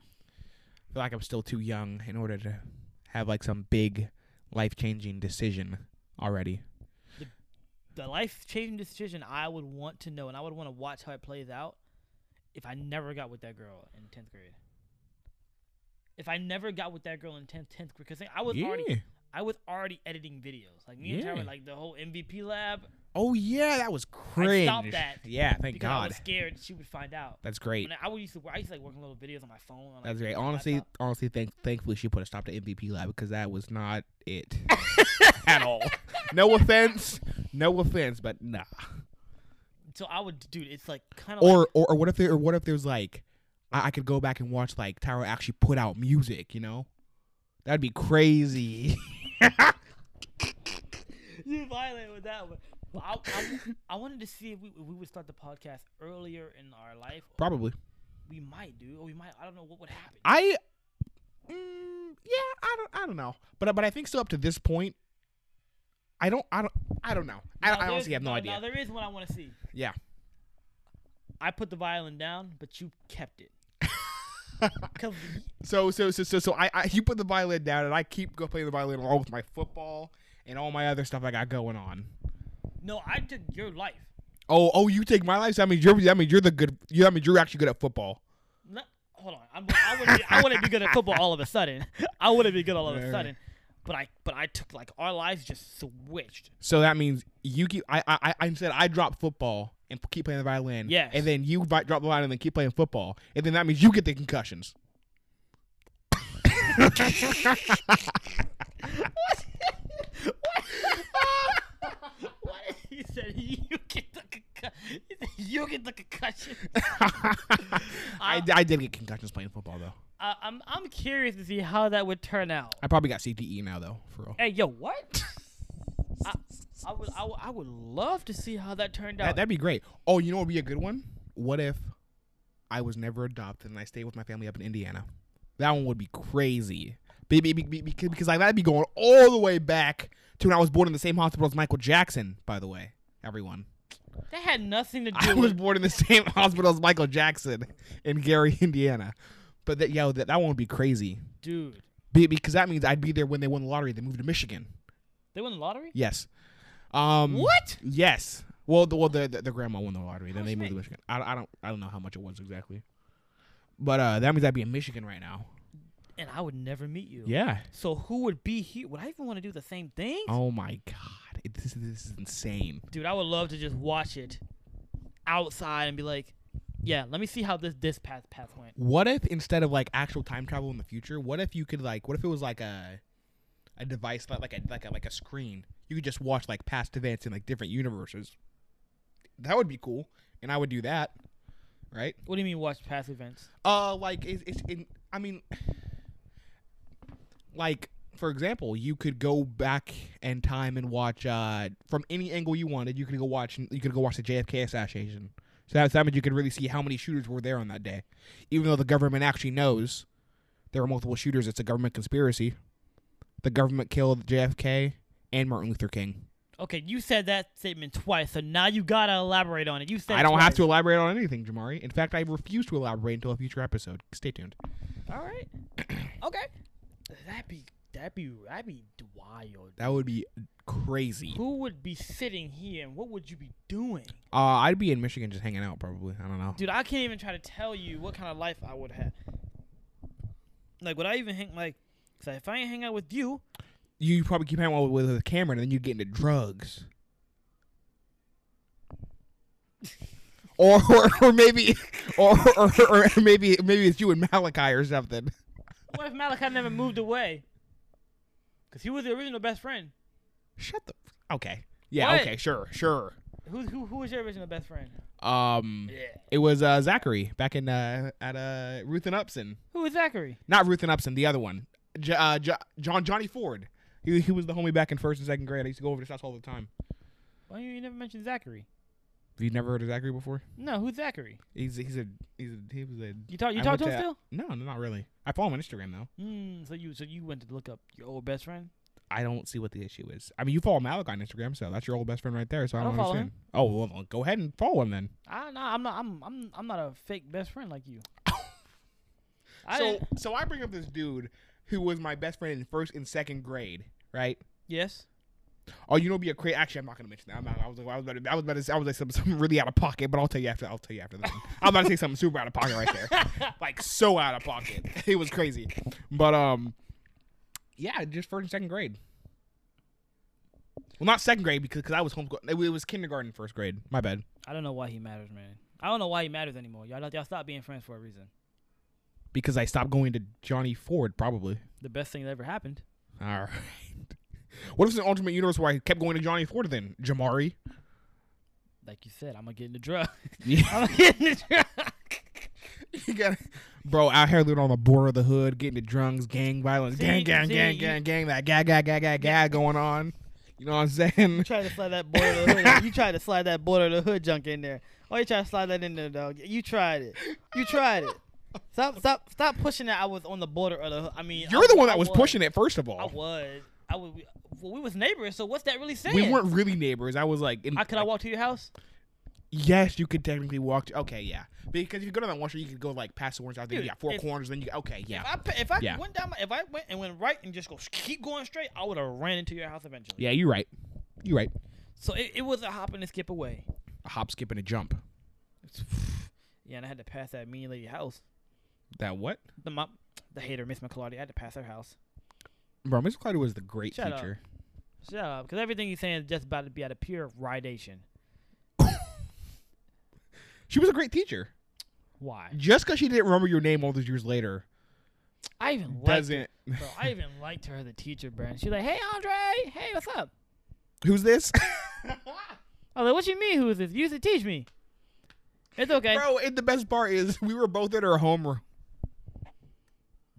Speaker 1: I feel like I'm still too young in order to have like some big life changing decision already.
Speaker 2: The life changing decision I would want to know and I would want to watch how it plays out if I never got with that girl in tenth grade. If I never got with that girl in 10th, 10th grade, because I was already I was already editing videos. Like me and Tara,
Speaker 1: Yeah.
Speaker 2: like the whole MVP lab.
Speaker 1: Oh yeah, that was cringe.
Speaker 2: that
Speaker 1: Yeah, thank
Speaker 2: because I
Speaker 1: God.
Speaker 2: was scared she would find out.
Speaker 1: That's great.
Speaker 2: And I would used to I used to like working little videos on my phone. On, like,
Speaker 1: That's great.
Speaker 2: my
Speaker 1: Honestly,
Speaker 2: laptop.
Speaker 1: honestly, thank thankfully she put a stop to MVP Lab because that was not it at all. No offense, no offense, but nah.
Speaker 2: So I would, dude. It's like kind of
Speaker 1: Or or, or what if there or what if there's like I, I could go back and watch like Tyra actually put out music, you know? That'd be crazy.
Speaker 2: you violent with that one. But I, I, I wanted to see if we, if we would start the podcast earlier in our life.
Speaker 1: Probably.
Speaker 2: We might do, or we might. I don't know what would happen.
Speaker 1: I mm, yeah, I don't I don't know. But but I think still up to this point I don't I don't I don't know. I,
Speaker 2: Now,
Speaker 1: I honestly
Speaker 2: there's-
Speaker 1: have no
Speaker 2: now-
Speaker 1: idea.
Speaker 2: Now there is one I want to see.
Speaker 1: Yeah.
Speaker 2: I put the violin down, but you kept it. 'Cause y-
Speaker 1: So so so so so I, I you put the violin down and I keep go playing the violin along with my football and all my other stuff I got going on.
Speaker 2: no, I took your life.
Speaker 1: Oh oh you take my life. So that means you're that means you're the good. You that means you're actually good at football.
Speaker 2: No, hold on. I'm, I wouldn't. Be, I wouldn't be good at football all of a sudden. I wouldn't be good all of a
Speaker 1: Right, right.
Speaker 2: sudden. But I, but I took like our lives just switched.
Speaker 1: So that means you keep I I I- I said I drop football and keep playing the violin.
Speaker 2: Yes.
Speaker 1: And then you vi- drop the violin and then keep playing football. And then that means you get the concussions.
Speaker 2: What did he said? You get the concussion. He said, you get the concussion.
Speaker 1: I, I did get concussions playing football though.
Speaker 2: I, Uh, I'm I'm curious to see how that would turn out.
Speaker 1: I probably got CTE now though, for real.
Speaker 2: Hey, yo, what? I, I would I would I would love to see how that turned out.
Speaker 1: That, that'd be great. Oh, you know what would be a good one? What if I was never adopted and I stayed with my family up in Indiana? That one would be crazy. Be- be- be- be- Because, because like, that'd be going all the way back to when I was born in the same hospital as Michael Jackson, by the way, everyone.
Speaker 2: that had nothing to
Speaker 1: I
Speaker 2: do
Speaker 1: was
Speaker 2: with.
Speaker 1: born in the same hospital as Michael Jackson in Gary, Indiana. But that, yo, that, that one would be crazy.
Speaker 2: Dude,
Speaker 1: Be- Because that means I'd be there when they won the lottery. They moved to Michigan.
Speaker 2: they won the lottery.
Speaker 1: Yes. Um,
Speaker 2: What?
Speaker 1: Yes. Well, the, well, the, the the grandma won the lottery. Then
Speaker 2: much
Speaker 1: they moved to
Speaker 2: money?
Speaker 1: Michigan. I, I don't I don't know how much it was exactly, but uh, that means I'd be in Michigan right now.
Speaker 2: And I would never meet you.
Speaker 1: Yeah.
Speaker 2: So who would be here? Would I even want to do the same thing?
Speaker 1: Oh my god, it, this this is insane.
Speaker 2: Dude, I would love to just watch it outside and be like, yeah, let me see how this this path path went.
Speaker 1: What if instead of like actual time travel in the future, what if you could like what if it was like a a device like like a like a, like a screen? You could just watch like past events in like different universes. That would be cool, and I would do that, right?
Speaker 2: What do you mean watch past events?
Speaker 1: Uh, like it's, it's in. I mean, like for example, you could go back in time and watch uh from any angle you wanted. You could go watch. You could go watch the JFK assassination. So that's that means you could really see how many shooters were there on that day, even though the government actually knows there were multiple shooters. It's a government conspiracy. The government killed JFK and Martin Luther King.
Speaker 2: Okay, you said that statement twice, so now you gotta elaborate on it. You said
Speaker 1: I don't have to
Speaker 2: twice.
Speaker 1: elaborate on anything, Jamari. In fact, I refuse to elaborate until a future episode. Stay tuned.
Speaker 2: All right. okay. That'd be that'd be that'd be wild.
Speaker 1: That would be crazy.
Speaker 2: Who would be sitting here and what would you be doing?
Speaker 1: Uh, I'd be in Michigan just hanging out, probably. I don't know.
Speaker 2: Dude, I can't even try to tell you what kind of life I would have. Like, would I even hang like? Cause if I ain't hang out with you,
Speaker 1: You probably keep hanging out with, with Cameron, and then you get into drugs. or, or or maybe or, or or maybe maybe it's you and Malachi or something.
Speaker 2: what if Malachi never moved away? Cause he was the original best friend.
Speaker 1: Shut the. Okay. Yeah.
Speaker 2: What?
Speaker 1: Okay. Sure. Sure.
Speaker 2: Who who who was your original best friend?
Speaker 1: Um,
Speaker 2: Yeah.
Speaker 1: it was uh, Zachary back in uh, at uh, Ruth and Upson.
Speaker 2: Who was Zachary?
Speaker 1: Not Ruth and Upson. The other one. J- uh, J- John Johnny Ford. He, he was the homie back in first and second grade. I used to go over to his house all the time.
Speaker 2: Why you never mentioned Zachary?
Speaker 1: Have you never heard of Zachary before?
Speaker 2: No, who's Zachary?
Speaker 1: He's he's a he's a, he was a
Speaker 2: You talk you
Speaker 1: I
Speaker 2: talk to
Speaker 1: went
Speaker 2: him
Speaker 1: to-
Speaker 2: still?
Speaker 1: no no not really. I follow him on Instagram though.
Speaker 2: Mm, so you so you went to look up your old best friend?
Speaker 1: I don't see what the issue is. I mean, you follow Malik on Instagram, so that's your old best friend right there. So I
Speaker 2: I
Speaker 1: don't,
Speaker 2: don't follow
Speaker 1: understand. Oh well, well, go ahead and follow him then.
Speaker 2: I no, I'm not I'm I'm I'm not a fake best friend like you. I
Speaker 1: so
Speaker 2: didn't-
Speaker 1: so I bring up this dude who was my best friend in first and second grade, right?
Speaker 2: yes.
Speaker 1: Oh, you know, be a crazy. Actually, I'm not gonna mention that. I'm not, I was I was about to, I was about to say, I was like something, something really out of pocket, but I'll tell you after. I'll tell you after that. I'm about to say something super out of pocket right there, like so out of pocket. It was crazy, but um, yeah, just first and second grade. Well, not second grade because cause I was homeschooled. It, was kindergarten, first grade. My bad.
Speaker 2: I don't know why he matters, man. I don't know why he matters anymore. Y'all y'all stopped being friends for a reason.
Speaker 1: Because I stopped going to Johnny Ford, probably.
Speaker 2: The best thing that ever happened.
Speaker 1: All right. What if it's an alternate universe where I kept going to Johnny Ford then? Jamari.
Speaker 2: Like you said, I'm gonna get in the drug.
Speaker 1: Yeah.
Speaker 2: I'm gonna get in the drug.
Speaker 1: you got Bro, out here living on the border of the hood, getting the drunks, gang violence,
Speaker 2: See,
Speaker 1: gang, gang,
Speaker 2: see,
Speaker 1: gang,
Speaker 2: you-
Speaker 1: gang, gang, that gag, gag, gag, gag, gag going on. You know what I'm saying?
Speaker 2: Try to slide that border of the hood. You tried to slide that border of the hood junk in there. Oh, you tried to slide that in there, dog. You tried it. You tried it. Stop, stop, stop pushing that. I was on the border of the hood. I mean,
Speaker 1: You're the one that was,
Speaker 2: pushing
Speaker 1: pushing it, first of
Speaker 2: I
Speaker 1: all.
Speaker 2: was. I was. We, well, we was neighbors, so what's that really saying?
Speaker 1: We weren't really neighbors. I was like, in,
Speaker 2: I could I walk to your house?
Speaker 1: yes, you could technically walk. To, okay, yeah. Because if you go down that one street, you could go like past the orange out there.
Speaker 2: Dude,
Speaker 1: You got four
Speaker 2: if-
Speaker 1: corners, then you. Okay, yeah.
Speaker 2: If I pa- if I
Speaker 1: Yeah.
Speaker 2: went down, my, if I went and went right and just go s- keep going straight, I would have ran into your house eventually.
Speaker 1: yeah, you're right. You're right.
Speaker 2: So it, it was a hop and a skip away.
Speaker 1: A hop, skip, and a jump.
Speaker 2: Yeah, and I had to pass that mean lady house.
Speaker 1: That what?
Speaker 2: The mom, the hater, Miss McClarty. I had to pass her house.
Speaker 1: Bro, Miss Cloudy was the great
Speaker 2: Shut up.
Speaker 1: teacher.
Speaker 2: Shut up, because everything you're saying is just about to be out of pure ridation.
Speaker 1: She was a great teacher.
Speaker 2: Why?
Speaker 1: Just because she didn't remember your name all those years later
Speaker 2: I even liked her,
Speaker 1: doesn't.
Speaker 2: bro. I even liked her, the teacher, bro. And She's like, "Hey, Andre. Hey, what's up?"
Speaker 1: Who's this?
Speaker 2: I was like, "What you mean? Who is this? You used to teach me." It's okay.
Speaker 1: Bro, and the best part is we were both at her homeroom.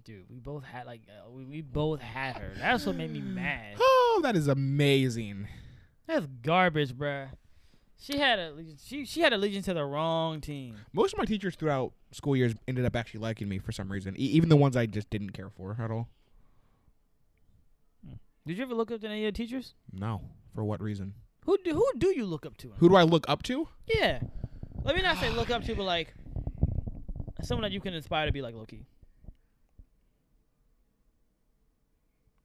Speaker 2: Dude, we both had like uh, we, we both had her. That's what made me mad.
Speaker 1: Oh, that is amazing.
Speaker 2: That's garbage, bruh. She had a she she had allegiance to the wrong team.
Speaker 1: Most of my teachers throughout school years ended up actually liking me for some reason, e- even the ones I just didn't care for at all.
Speaker 2: Did you ever look up to any of your teachers?
Speaker 1: No. For what reason?
Speaker 2: Who do who do you look up to?
Speaker 1: Who do I look up to?
Speaker 2: Yeah. Let me not say look up to, but like someone that you can inspire to be like Loki.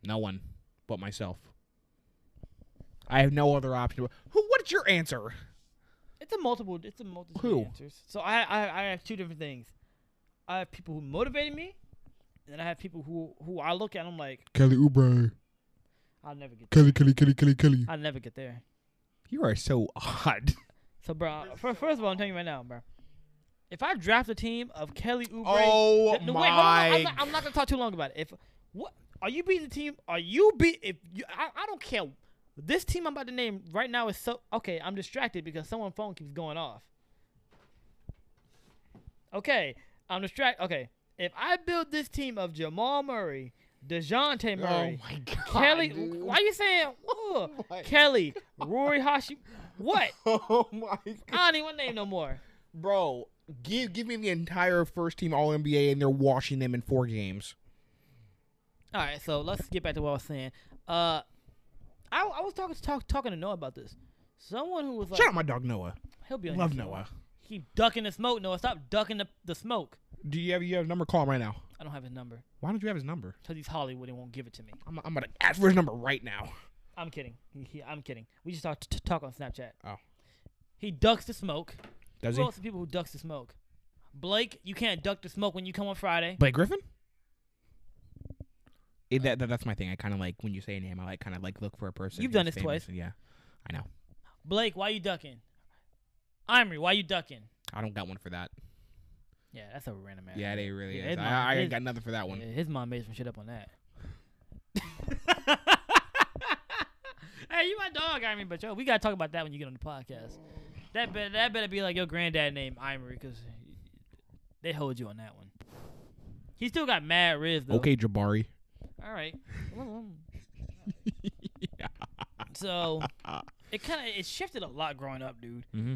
Speaker 1: No one but myself. I have no other option. Who? What's your answer?
Speaker 2: It's a multiple. It's a multiple
Speaker 1: Who?
Speaker 2: answers. So I, I I have two different things. I have people who motivated me, and then I have people who who I look at. and I'm like,
Speaker 1: Kelly Oubre.
Speaker 2: I'll never get.
Speaker 1: Kelly, Kelly, Kelly, Kelly, Kelly.
Speaker 2: I'll never get there.
Speaker 1: You are so odd.
Speaker 2: So, bro, first, first of all, I'm telling you right now, bro. If I draft a team of Kelly Oubre,
Speaker 1: Oh
Speaker 2: th- no,
Speaker 1: my!
Speaker 2: wait, hold on, I'm, not, I'm not gonna talk too long about it. If what are you beating the team? Are you beat? If you, I, I don't care. This team I'm about to name right now is so okay. I'm distracted because someone's phone keeps going off. Okay, I'm distracted. Okay, if I build this team of Jamal Murray, Dejounte Murray,
Speaker 1: Oh my god,
Speaker 2: Kelly,
Speaker 1: dude.
Speaker 2: why you saying ugh,
Speaker 1: my
Speaker 2: Kelly, Rory Hashi? What?
Speaker 1: Oh my god,
Speaker 2: I don't even want to name no more.
Speaker 1: bro! Give give me the entire first team All NBA, and they're washing them in four games.
Speaker 2: All right, so let's get back to what I was saying. Uh, I, I was talking talk, talking to Noah about this. Someone who was like,
Speaker 1: Shout out my dog Noah.
Speaker 2: he'll be on
Speaker 1: Love
Speaker 2: your team.
Speaker 1: Noah.
Speaker 2: He ducking the smoke, Noah. Stop ducking the, the smoke.
Speaker 1: Do you have you have a number? Call him right now.
Speaker 2: I don't have his number
Speaker 1: Why don't you have his number?
Speaker 2: because he's Hollywood and won't give it to me.
Speaker 1: I'm I'm gonna ask for his number right now.
Speaker 2: I'm kidding. He- he- I'm kidding. We just talk, t- talk on Snapchat.
Speaker 1: Oh.
Speaker 2: He ducks the smoke.
Speaker 1: Does
Speaker 2: who
Speaker 1: he?
Speaker 2: else are people who ducks the smoke? Blake, you can't duck the smoke when you come on Friday.
Speaker 1: Blake Griffin. Eh, that, that- that's my thing. I kind of like when you say a name. I like kind of like look for a person.
Speaker 2: You've done
Speaker 1: who's
Speaker 2: this
Speaker 1: famous.
Speaker 2: twice.
Speaker 1: Yeah, I know.
Speaker 2: Blake, why you ducking? Imrie, why you ducking?
Speaker 1: I don't got one for that.
Speaker 2: Yeah, that's a random ass.
Speaker 1: Yeah, they really
Speaker 2: Yeah,
Speaker 1: is.
Speaker 2: it's
Speaker 1: I,
Speaker 2: mine.
Speaker 1: I ain't
Speaker 2: It's-
Speaker 1: got nothing for that one.
Speaker 2: Yeah, his mom made some shit up on that. hey, you my dog. dog Iron but yo, we gotta talk about that when you get on the podcast. That better that better be like your granddad name Iron because they hold you on that one. He still got mad Riz though.
Speaker 1: Okay, Jabari.
Speaker 2: All right. so it kind of it shifted a lot growing up, dude.
Speaker 1: Mm-hmm.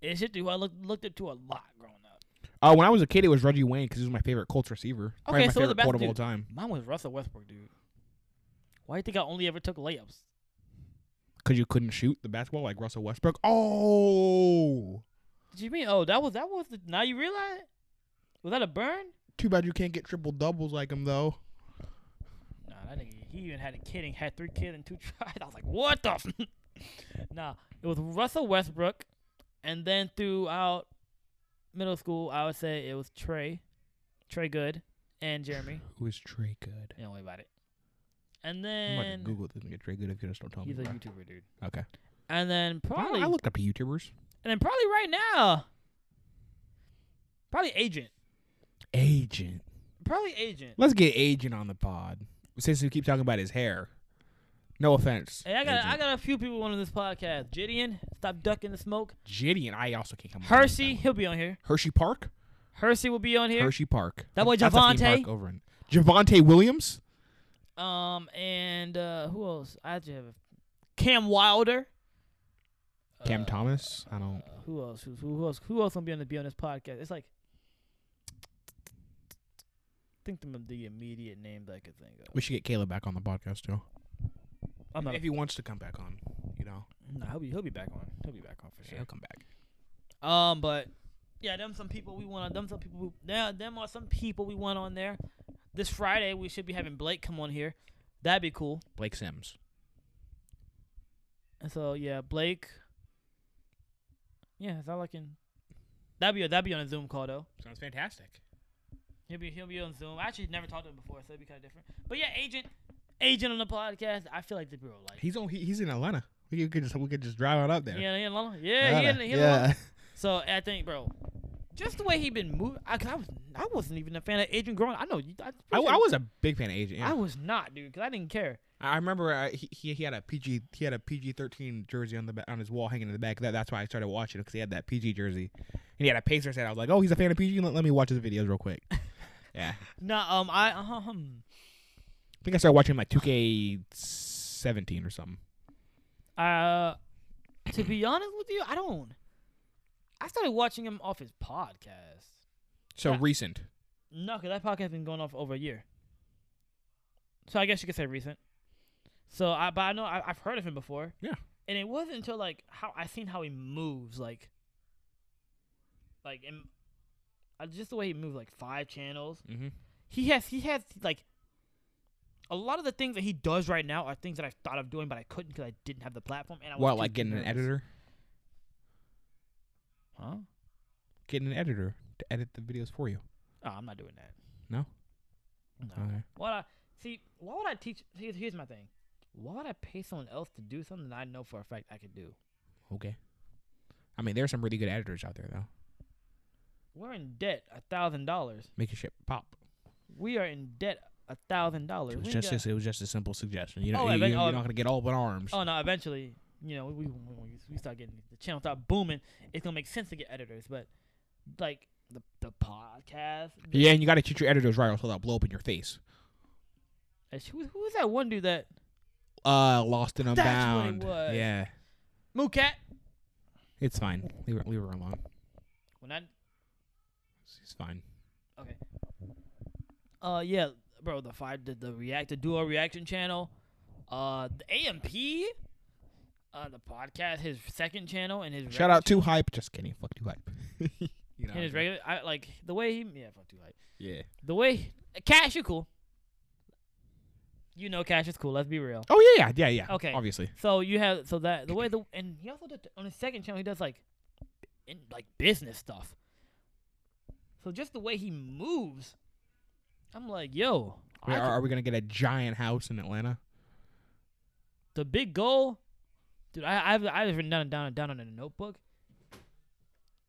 Speaker 2: It shifted who I looked looked up to a lot growing up.
Speaker 1: Uh, when I was a kid, it was Reggie Wayne because he was my favorite Colts receiver. Probably
Speaker 2: Okay,
Speaker 1: my
Speaker 2: so who's the
Speaker 1: favorite Colt
Speaker 2: best
Speaker 1: of all
Speaker 2: dude?
Speaker 1: time.
Speaker 2: Mine was Russell Westbrook, dude. Why do you think I only ever took layups?
Speaker 1: Because you couldn't shoot the basketball like Russell Westbrook. Oh,
Speaker 2: Did you mean? Oh, that was that was. The, now you realize? Was that a burn?
Speaker 1: too bad you can't get triple doubles like him though.
Speaker 2: Nah, that nigga. He even had a kid and had three kids and two tries. I was like, what the? F-? nah, it was Russell Westbrook, and then throughout middle school, I would say it was Trey, Trey Good, and Jeremy.
Speaker 1: Who is Trey Good?
Speaker 2: Don't worry about it. And
Speaker 1: I'm about to
Speaker 2: then
Speaker 1: Google this and get Trey Good if you just don't tell me.
Speaker 2: he's a
Speaker 1: bro.
Speaker 2: YouTuber, dude.
Speaker 1: Okay.
Speaker 2: And then
Speaker 1: I-
Speaker 2: probably,
Speaker 1: I looked up to YouTubers.
Speaker 2: and then probably right now, probably Agent,
Speaker 1: Agent.
Speaker 2: probably Agent.
Speaker 1: Let's get Agent on the pod since we keep talking about his hair. No offense.
Speaker 2: Hey, I got I
Speaker 1: Agent.
Speaker 2: got a few people on this podcast. Gideon, stop ducking the smoke.
Speaker 1: Gideon. I also can't come. up with
Speaker 2: Hersey,
Speaker 1: that.
Speaker 2: he'll be on here.
Speaker 1: Hershey Park.
Speaker 2: Hersey will be on here.
Speaker 1: Mm-hmm. Hershey Park.
Speaker 2: That boy
Speaker 1: That's a theme
Speaker 2: Javante.
Speaker 1: park over in Javante Williams.
Speaker 2: Um, and uh, who else? I actually have a, Cam Wilder.
Speaker 1: Cam
Speaker 2: Uh,
Speaker 1: Thomas. I don't.
Speaker 2: uh, who else? Who, who else? Who else gonna be on the be on this podcast? It's like think them of the immediate names I could think of.
Speaker 1: We should get Caleb back on the podcast too.
Speaker 2: I'm not.
Speaker 1: If he wants to come back on, you know,
Speaker 2: Nah, he'll be he'll be back on. He'll be back on for sure.
Speaker 1: he'll come back.
Speaker 2: Um, but yeah, them some people we want. Them some people. Now them are some people we want on there. This Friday we should be having Blake come on here. That'd be cool.
Speaker 1: Blake Sims.
Speaker 2: And so yeah, Blake. Yeah, that's all I can. That'd be that'd be on a Zoom call though.
Speaker 1: Sounds fantastic.
Speaker 2: He'll be he'll be on Zoom. I actually never talked to him before, so it'd be kind of different. But yeah, agent, agent on the podcast. I feel like the people like.
Speaker 1: He's on. He, he's in Atlanta. We could just we could just drive on up there.
Speaker 2: Yeah, he in London. Yeah, he in,
Speaker 1: Atlanta.
Speaker 2: he in London. So I think, bro, just the way he been moving. I, 'cause I was I wasn't even a fan of Agent growing. up. I know you. I,
Speaker 1: I, I was a big fan of Agent.
Speaker 2: I
Speaker 1: Yeah.
Speaker 2: was not, dude, because I didn't care.
Speaker 1: I, remember uh, he, he he had a PG he had a PG thirteen jersey on the ba- on his wall hanging in the back. That, that's why I started watching it because he had that PG jersey, and he had a Pacers hat. I was like, oh, he's a fan of PG. Let, let me watch his videos real quick. yeah,
Speaker 2: Nah, um, I um,
Speaker 1: I think I started watching him like two K seventeen or something.
Speaker 2: uh, to be honest with you, I don't. I started watching him off his podcast.
Speaker 1: So
Speaker 2: Yeah.
Speaker 1: recent.
Speaker 2: No, because that podcast been going on for over a year. So I guess you could say recent. So I, but I know I, I've heard of him before.
Speaker 1: Yeah.
Speaker 2: And it wasn't until like how I seen how he moves, like, like and uh, just the way he moves, like five channels.
Speaker 1: Mm-hmm.
Speaker 2: He has he has like a lot of the things that he does right now are things that I've thought of doing, but I couldn't because I didn't have the platform. And I was
Speaker 1: What
Speaker 2: too
Speaker 1: like getting an
Speaker 2: nervous.
Speaker 1: editor?
Speaker 2: Huh?
Speaker 1: Getting an editor to edit the videos for you.
Speaker 2: Oh, I'm not doing that.
Speaker 1: No? Oh.
Speaker 2: No. What I see? Why would I teach? Here's, here's my thing. Why would I pay someone else to do something that I know for a fact I could do?
Speaker 1: Okay. I mean, there's some really good editors out there though.
Speaker 2: We're in debt a thousand dollars.
Speaker 1: Make your shit pop.
Speaker 2: We are in debt a thousand dollars.
Speaker 1: It was
Speaker 2: We
Speaker 1: just
Speaker 2: got-
Speaker 1: a, it was just a simple suggestion. You know,
Speaker 2: Oh,
Speaker 1: you,
Speaker 2: I bet-
Speaker 1: are
Speaker 2: oh.
Speaker 1: not gonna get all but arms.
Speaker 2: Oh no! Eventually, you know, we, we we start getting the channel start booming. It's gonna make sense to get editors, but like the the podcast. the-
Speaker 1: Yeah, and you got to treat your editors right, or else they'll blow up in your face.
Speaker 2: Who, who was that one dude that
Speaker 1: Uh, Lost and
Speaker 2: That's what it
Speaker 1: Unbound.
Speaker 2: was.
Speaker 1: Yeah,
Speaker 2: Moocat?
Speaker 1: it's fine. Leave her, leave her alone.
Speaker 2: When I
Speaker 1: She's fine.
Speaker 2: Okay. Uh yeah, bro, the five the, the react the duo reaction channel. Uh the AMP uh the podcast, his second channel and his
Speaker 1: Shout
Speaker 2: regu-
Speaker 1: out to Hype. Just kidding. Fuck to Hype. you know,
Speaker 2: and his regular I like the way he yeah, fuck too hype.
Speaker 1: yeah.
Speaker 2: The way Cash you cool. You know Cash is cool, let's be real.
Speaker 1: Oh yeah, yeah, yeah, yeah.
Speaker 2: Okay.
Speaker 1: Obviously.
Speaker 2: So you have so that the way the and he also does, on his second channel he does like in like business stuff. So just the way he moves, I'm like, yo, I
Speaker 1: Wait,
Speaker 2: could-
Speaker 1: are, are we gonna get a giant house in Atlanta?
Speaker 2: the big goal, dude. I I've I've written down down down on a notebook.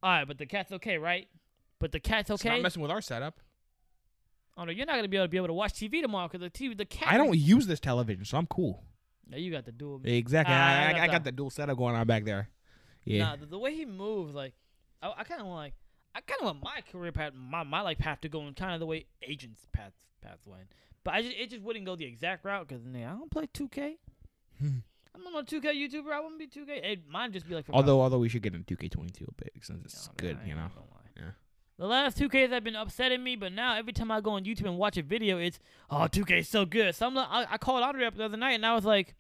Speaker 2: All right, but the cat's okay, right? But the cat's
Speaker 1: It's not
Speaker 2: okay.
Speaker 1: messing with our setup.
Speaker 2: oh no, you're not gonna be able to be able to watch TV tomorrow because the TV the cat.
Speaker 1: I don't use this television, so I'm cool.
Speaker 2: Now you got the dual.
Speaker 1: Exactly.
Speaker 2: Ah,
Speaker 1: I,
Speaker 2: I
Speaker 1: I,
Speaker 2: got
Speaker 1: I got
Speaker 2: that.
Speaker 1: the dual setup going on back there. Yeah.
Speaker 2: Nah, the, the way he moves, like, I, I kind of like, I kind of want my career path, my my like path to go in kind of the way agents' paths paths went. But I just it just wouldn't go the exact route because I don't play 2K. I'm not a 2K YouTuber. I wouldn't be 2K. It might just be like. for my-
Speaker 1: although, although we should get in 2K22 a bit since it's
Speaker 2: No,
Speaker 1: good,
Speaker 2: I
Speaker 1: you
Speaker 2: ain't
Speaker 1: know.
Speaker 2: gonna lie.
Speaker 1: Yeah.
Speaker 2: The last 2Ks have been upsetting me, but now every time I go on YouTube and watch a video, it's oh 2K is so good. So I'm like, I, I called Andre up the other night and I was like,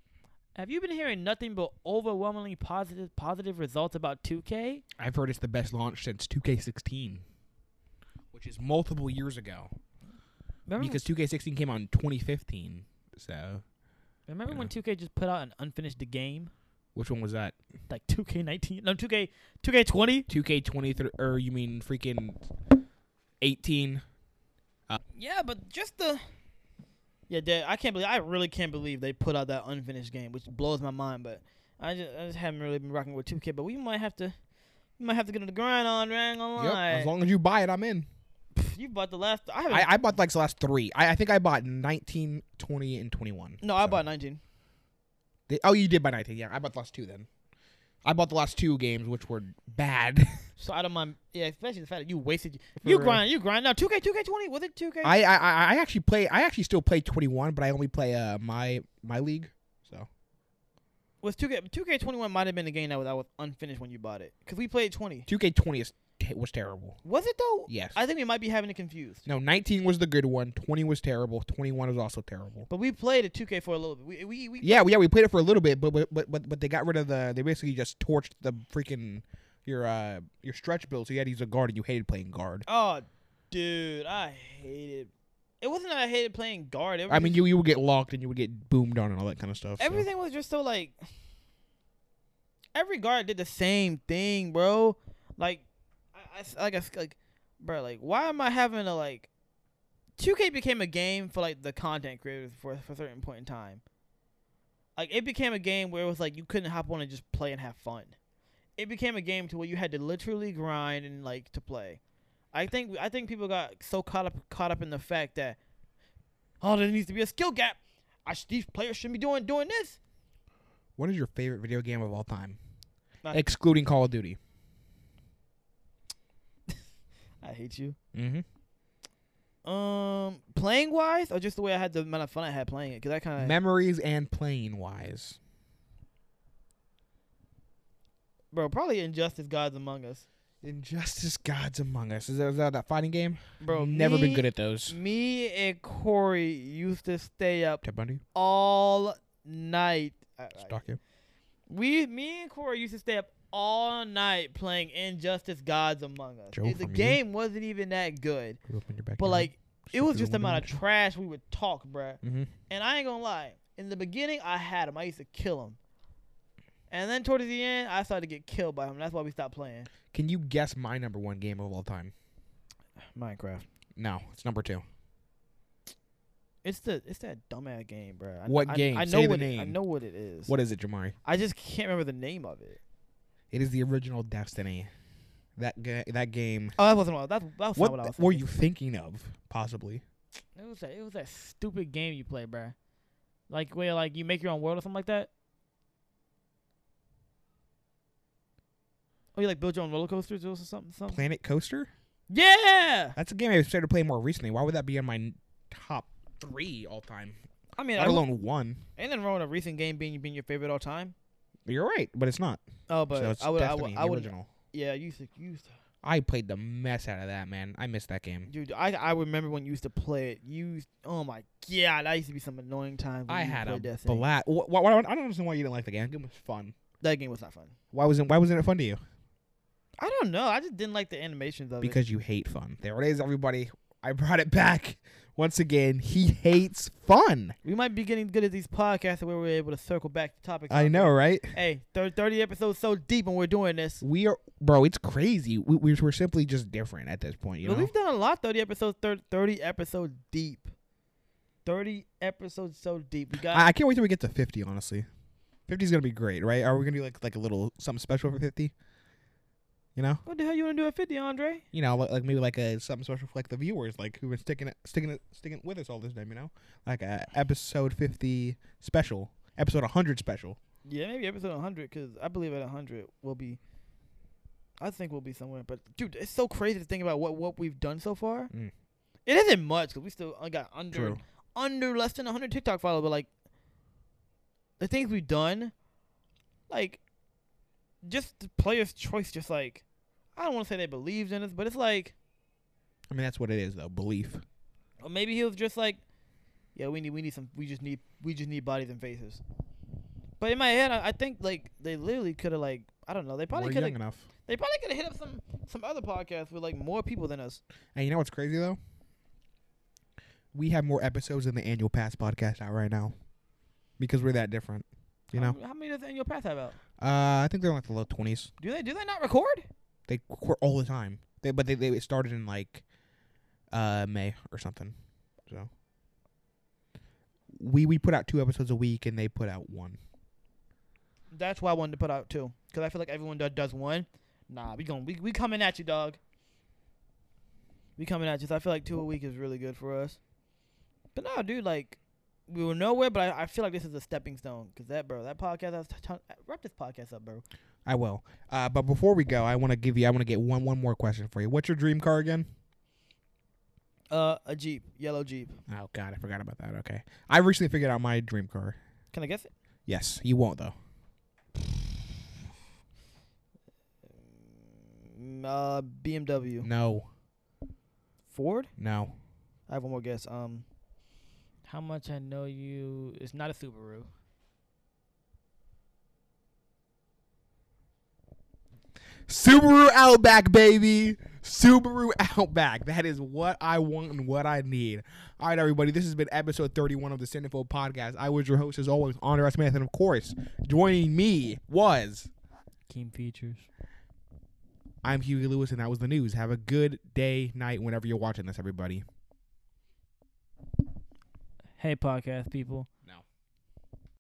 Speaker 2: Have you been hearing nothing but overwhelmingly positive positive results about 2K?
Speaker 1: I've heard it's the best launch since 2K16, which is multiple years ago
Speaker 2: Remember,
Speaker 1: because 2K16 came out in 2015. So,
Speaker 2: remember when
Speaker 1: yeah.
Speaker 2: 2K just put out an unfinished game
Speaker 1: which one was that?
Speaker 2: like 2K19? No, 2K 2K20.
Speaker 1: 2K23 or you mean freaking 18?
Speaker 2: Yeah, but just the yeah, dude, I can't believe I really can't believe they put out that unfinished game, which blows my mind. But I just, I just haven't really been rocking with 2K. But we might have to we might have to get on the grind on. I ain't gonna
Speaker 1: Yep.
Speaker 2: lie.
Speaker 1: As long as you buy it, I'm in.
Speaker 2: Pff, you bought the last. I haven't.
Speaker 1: I, I bought like the last three. I, I think I bought 19, 20, and 21.
Speaker 2: no, I
Speaker 1: so.
Speaker 2: bought 19.
Speaker 1: They- oh, you did buy 19. Yeah, I bought the last two then. I bought the last two games, which were bad.
Speaker 2: So I don't mind. Yeah, especially the fact that you wasted.
Speaker 1: For
Speaker 2: you
Speaker 1: real.
Speaker 2: grind. You grind. Now 2K, 2K20. Was it 2K?
Speaker 1: I, I I I actually play. I actually still play 21, but I only play uh my my league. So
Speaker 2: was 2K 2K21 might have been a game that was, that was unfinished when you bought it because we played 20.
Speaker 1: 2K20 is te- was terrible.
Speaker 2: Was it though?
Speaker 1: Yes.
Speaker 2: I think we might be having it confused.
Speaker 1: no, 19 was the good one. 20 was terrible. 21 was also terrible.
Speaker 2: But we played a 2K for a little bit. We we, we
Speaker 1: Yeah, we- yeah, we played it for a little bit, but but but but, but they got rid of the. They basically just torched the freaking your uh your stretch build. So you had to use a guard, and you hated playing guard.
Speaker 2: Oh, dude, I hated. It wasn't that I hated playing guard. It was
Speaker 1: I mean,
Speaker 2: just-
Speaker 1: you you would get locked, and you would get boomed on, and all that kind of stuff. so.
Speaker 2: everything was just so like. Every guard did the same thing, bro. Like, I, I s- like I s- like, bro. Like, why am I having to like? 2K became a game for like the content creators for for a certain point in time. Like it became a game where it was like you couldn't hop on and just play and have fun. It became a game to where you had to literally grind and like to play. I think I think people got so caught up caught up in the fact that oh there needs to be a skill gap. I sh- these players shouldn't be doing doing this.
Speaker 1: What is your favorite video game of all time,
Speaker 2: Not-
Speaker 1: excluding Call of Duty?
Speaker 2: I hate you.
Speaker 1: Mm-hmm.
Speaker 2: Um, playing wise or just the way I had the amount of fun I had playing it because I kind of
Speaker 1: Memories and playing wise.
Speaker 2: bro probably injustice gods among us.
Speaker 1: Injustice: Gods Among Us. Is that, is that that fighting game?
Speaker 2: Bro,
Speaker 1: never been
Speaker 2: me-
Speaker 1: good at those.
Speaker 2: Me and Corey used to stay up
Speaker 1: Ted Bundy,
Speaker 2: all night. I- I-
Speaker 1: stalk you.
Speaker 2: We, me and Corey used to stay up all night playing Injustice: Gods Among Us.
Speaker 1: Joe,
Speaker 2: And the
Speaker 1: for me-
Speaker 2: game wasn't even that good,
Speaker 1: Grew up in your backyard.
Speaker 2: but like it was just the
Speaker 1: Shoot
Speaker 2: amount of trash we would talk, bruh.
Speaker 1: Mhm.
Speaker 2: And I ain't gonna lie, in the beginning I had him. I used to kill him, and then towards the end I started to get killed by him. That's why we stopped playing
Speaker 1: Can you guess my number one game of all time?
Speaker 2: Minecraft.
Speaker 1: No, it's number two.
Speaker 2: It's the it's that dumbass game, bruh. I,
Speaker 1: What
Speaker 2: I-
Speaker 1: game?
Speaker 2: I know
Speaker 1: Say the
Speaker 2: what It, I
Speaker 1: name.
Speaker 2: know what it is.
Speaker 1: What is it, Jamari?
Speaker 2: I just can't remember the name of it.
Speaker 1: It is the original Destiny. That ga- that game.
Speaker 2: Oh, that wasn't what. That, that was
Speaker 1: What,
Speaker 2: not what I was.
Speaker 1: were
Speaker 2: thinking.
Speaker 1: you thinking of? Possibly.
Speaker 2: It was that. It was that stupid game you play, bruh. Like where like you make your own world or something like that. Oh, you like build your own roller coasters or something, something.
Speaker 1: Planet Coaster.
Speaker 2: Yeah.
Speaker 1: That's a game I started playing more recently. Why would that be in my n- top three all time?
Speaker 2: I mean, I
Speaker 1: Let
Speaker 2: don't,
Speaker 1: alone one.
Speaker 2: ain't nothing wrong with a recent game being being your favorite all time.
Speaker 1: You're right, but it's not.
Speaker 2: Oh, but
Speaker 1: so it's
Speaker 2: I would, I
Speaker 1: Destiny,
Speaker 2: would,
Speaker 1: the
Speaker 2: I would,
Speaker 1: original.
Speaker 2: yeah, you used to, you used to,
Speaker 1: I played the mess out of that man. I missed that game.
Speaker 2: dude. I, I remember when you used to play it. You, used- oh my god, that used to be some annoying times. When
Speaker 1: I
Speaker 2: you
Speaker 1: had
Speaker 2: played
Speaker 1: a
Speaker 2: Destiny.
Speaker 1: blast. Wh- wh- I don't understand why you didn't like the game. The game was fun.
Speaker 2: that game was not fun.
Speaker 1: Why wasn't Why wasn't it fun to you?
Speaker 2: I don't know. I just didn't like the animations of it.
Speaker 1: Because you hate fun. There it is, everybody. I brought it back once again. He hates fun.
Speaker 2: We might be getting good at these podcasts where we're able to circle back to topics.
Speaker 1: I know, right?
Speaker 2: Hey, thir- 30 episodes so deep and we're doing this.
Speaker 1: We are, bro. It's crazy. We, we're, we're simply just different at this point. You
Speaker 2: but
Speaker 1: know,
Speaker 2: we've done a lot 30 episodes, thir- 30 episodes deep. 30 episodes so deep. We got
Speaker 1: I, I can't wait till we get to fifty. Honestly, fifty is gonna be great, right? Are we gonna do like like a little something special for fifty? You know,
Speaker 2: What the hell you want to do at 50, Andre?
Speaker 1: you know, like, like maybe like a something special for like the viewers, like who've been sticking it- sticking it- sticking with us all this time. You know, like a episode fifty special, episode 100 special.
Speaker 2: Yeah, maybe episode 100 because I believe at 100 we'll be. I think we'll be somewhere, but dude, it's so crazy to think about what what we've done so far.
Speaker 1: Mm.
Speaker 2: It isn't much because we still I got under
Speaker 1: True.
Speaker 2: under less than 100 TikTok followers, but like the things we've done, like just the players' choice, just like I don't want to say they believed in us, but it's like
Speaker 1: I mean, that's what it is though. Belief.
Speaker 2: or maybe he was just like, yeah, we need we need some we just need we just need bodies and faces. But in my head, I, I think like they literally could have like I don't know they probably
Speaker 1: We're
Speaker 2: could
Speaker 1: young
Speaker 2: have
Speaker 1: enough.
Speaker 2: they probably could have hit up some some other podcasts with like more people than us.
Speaker 1: And you know what's crazy though? We have more episodes than the annual pass podcast out right now because we're that different. You know,
Speaker 2: how, how many does Annual Pass have out?
Speaker 1: uh, I think they're in like the low twenties.
Speaker 2: Do they do they not record?
Speaker 1: They record all the time. They but they they it started in like uh May or something. So we we put out two episodes a week and they put out one.
Speaker 2: That's why I wanted to put out two because I feel like everyone that does one. Nah, we going we we coming at you, dog. We coming at you. So I feel like two a week is really good for us. But no, dude, like we were nowhere. But I, I feel like this is a stepping stone because that bro, that podcast, that's t- t- wrap this podcast up, bro.
Speaker 1: I will. Uh, but before we go, I want to give you. I want to get one one more question for you. What's your dream car again?
Speaker 2: Uh, a jeep, yellow jeep.
Speaker 1: Oh God, I forgot about that. Okay, I recently figured out my dream car.
Speaker 2: Can I guess it?
Speaker 1: Yes, you won't though.
Speaker 2: Mm, Uh, BMW,
Speaker 1: No,
Speaker 2: Ford.
Speaker 1: no.
Speaker 2: I have one more guess. Um, how much I know you? It's not a Subaru.
Speaker 1: Subaru Outback, baby. Subaru Outback. That is what I want and what I need. All right, everybody. This has been episode 31 of the Cinephobe Podcast. I was your host, as always, Honor S. Smith, and of course, joining me was
Speaker 2: Team features.
Speaker 1: I'm Hughie Lewis, and that was the news. Have a good day, night, whenever you're watching this, everybody.
Speaker 2: Hey, podcast people.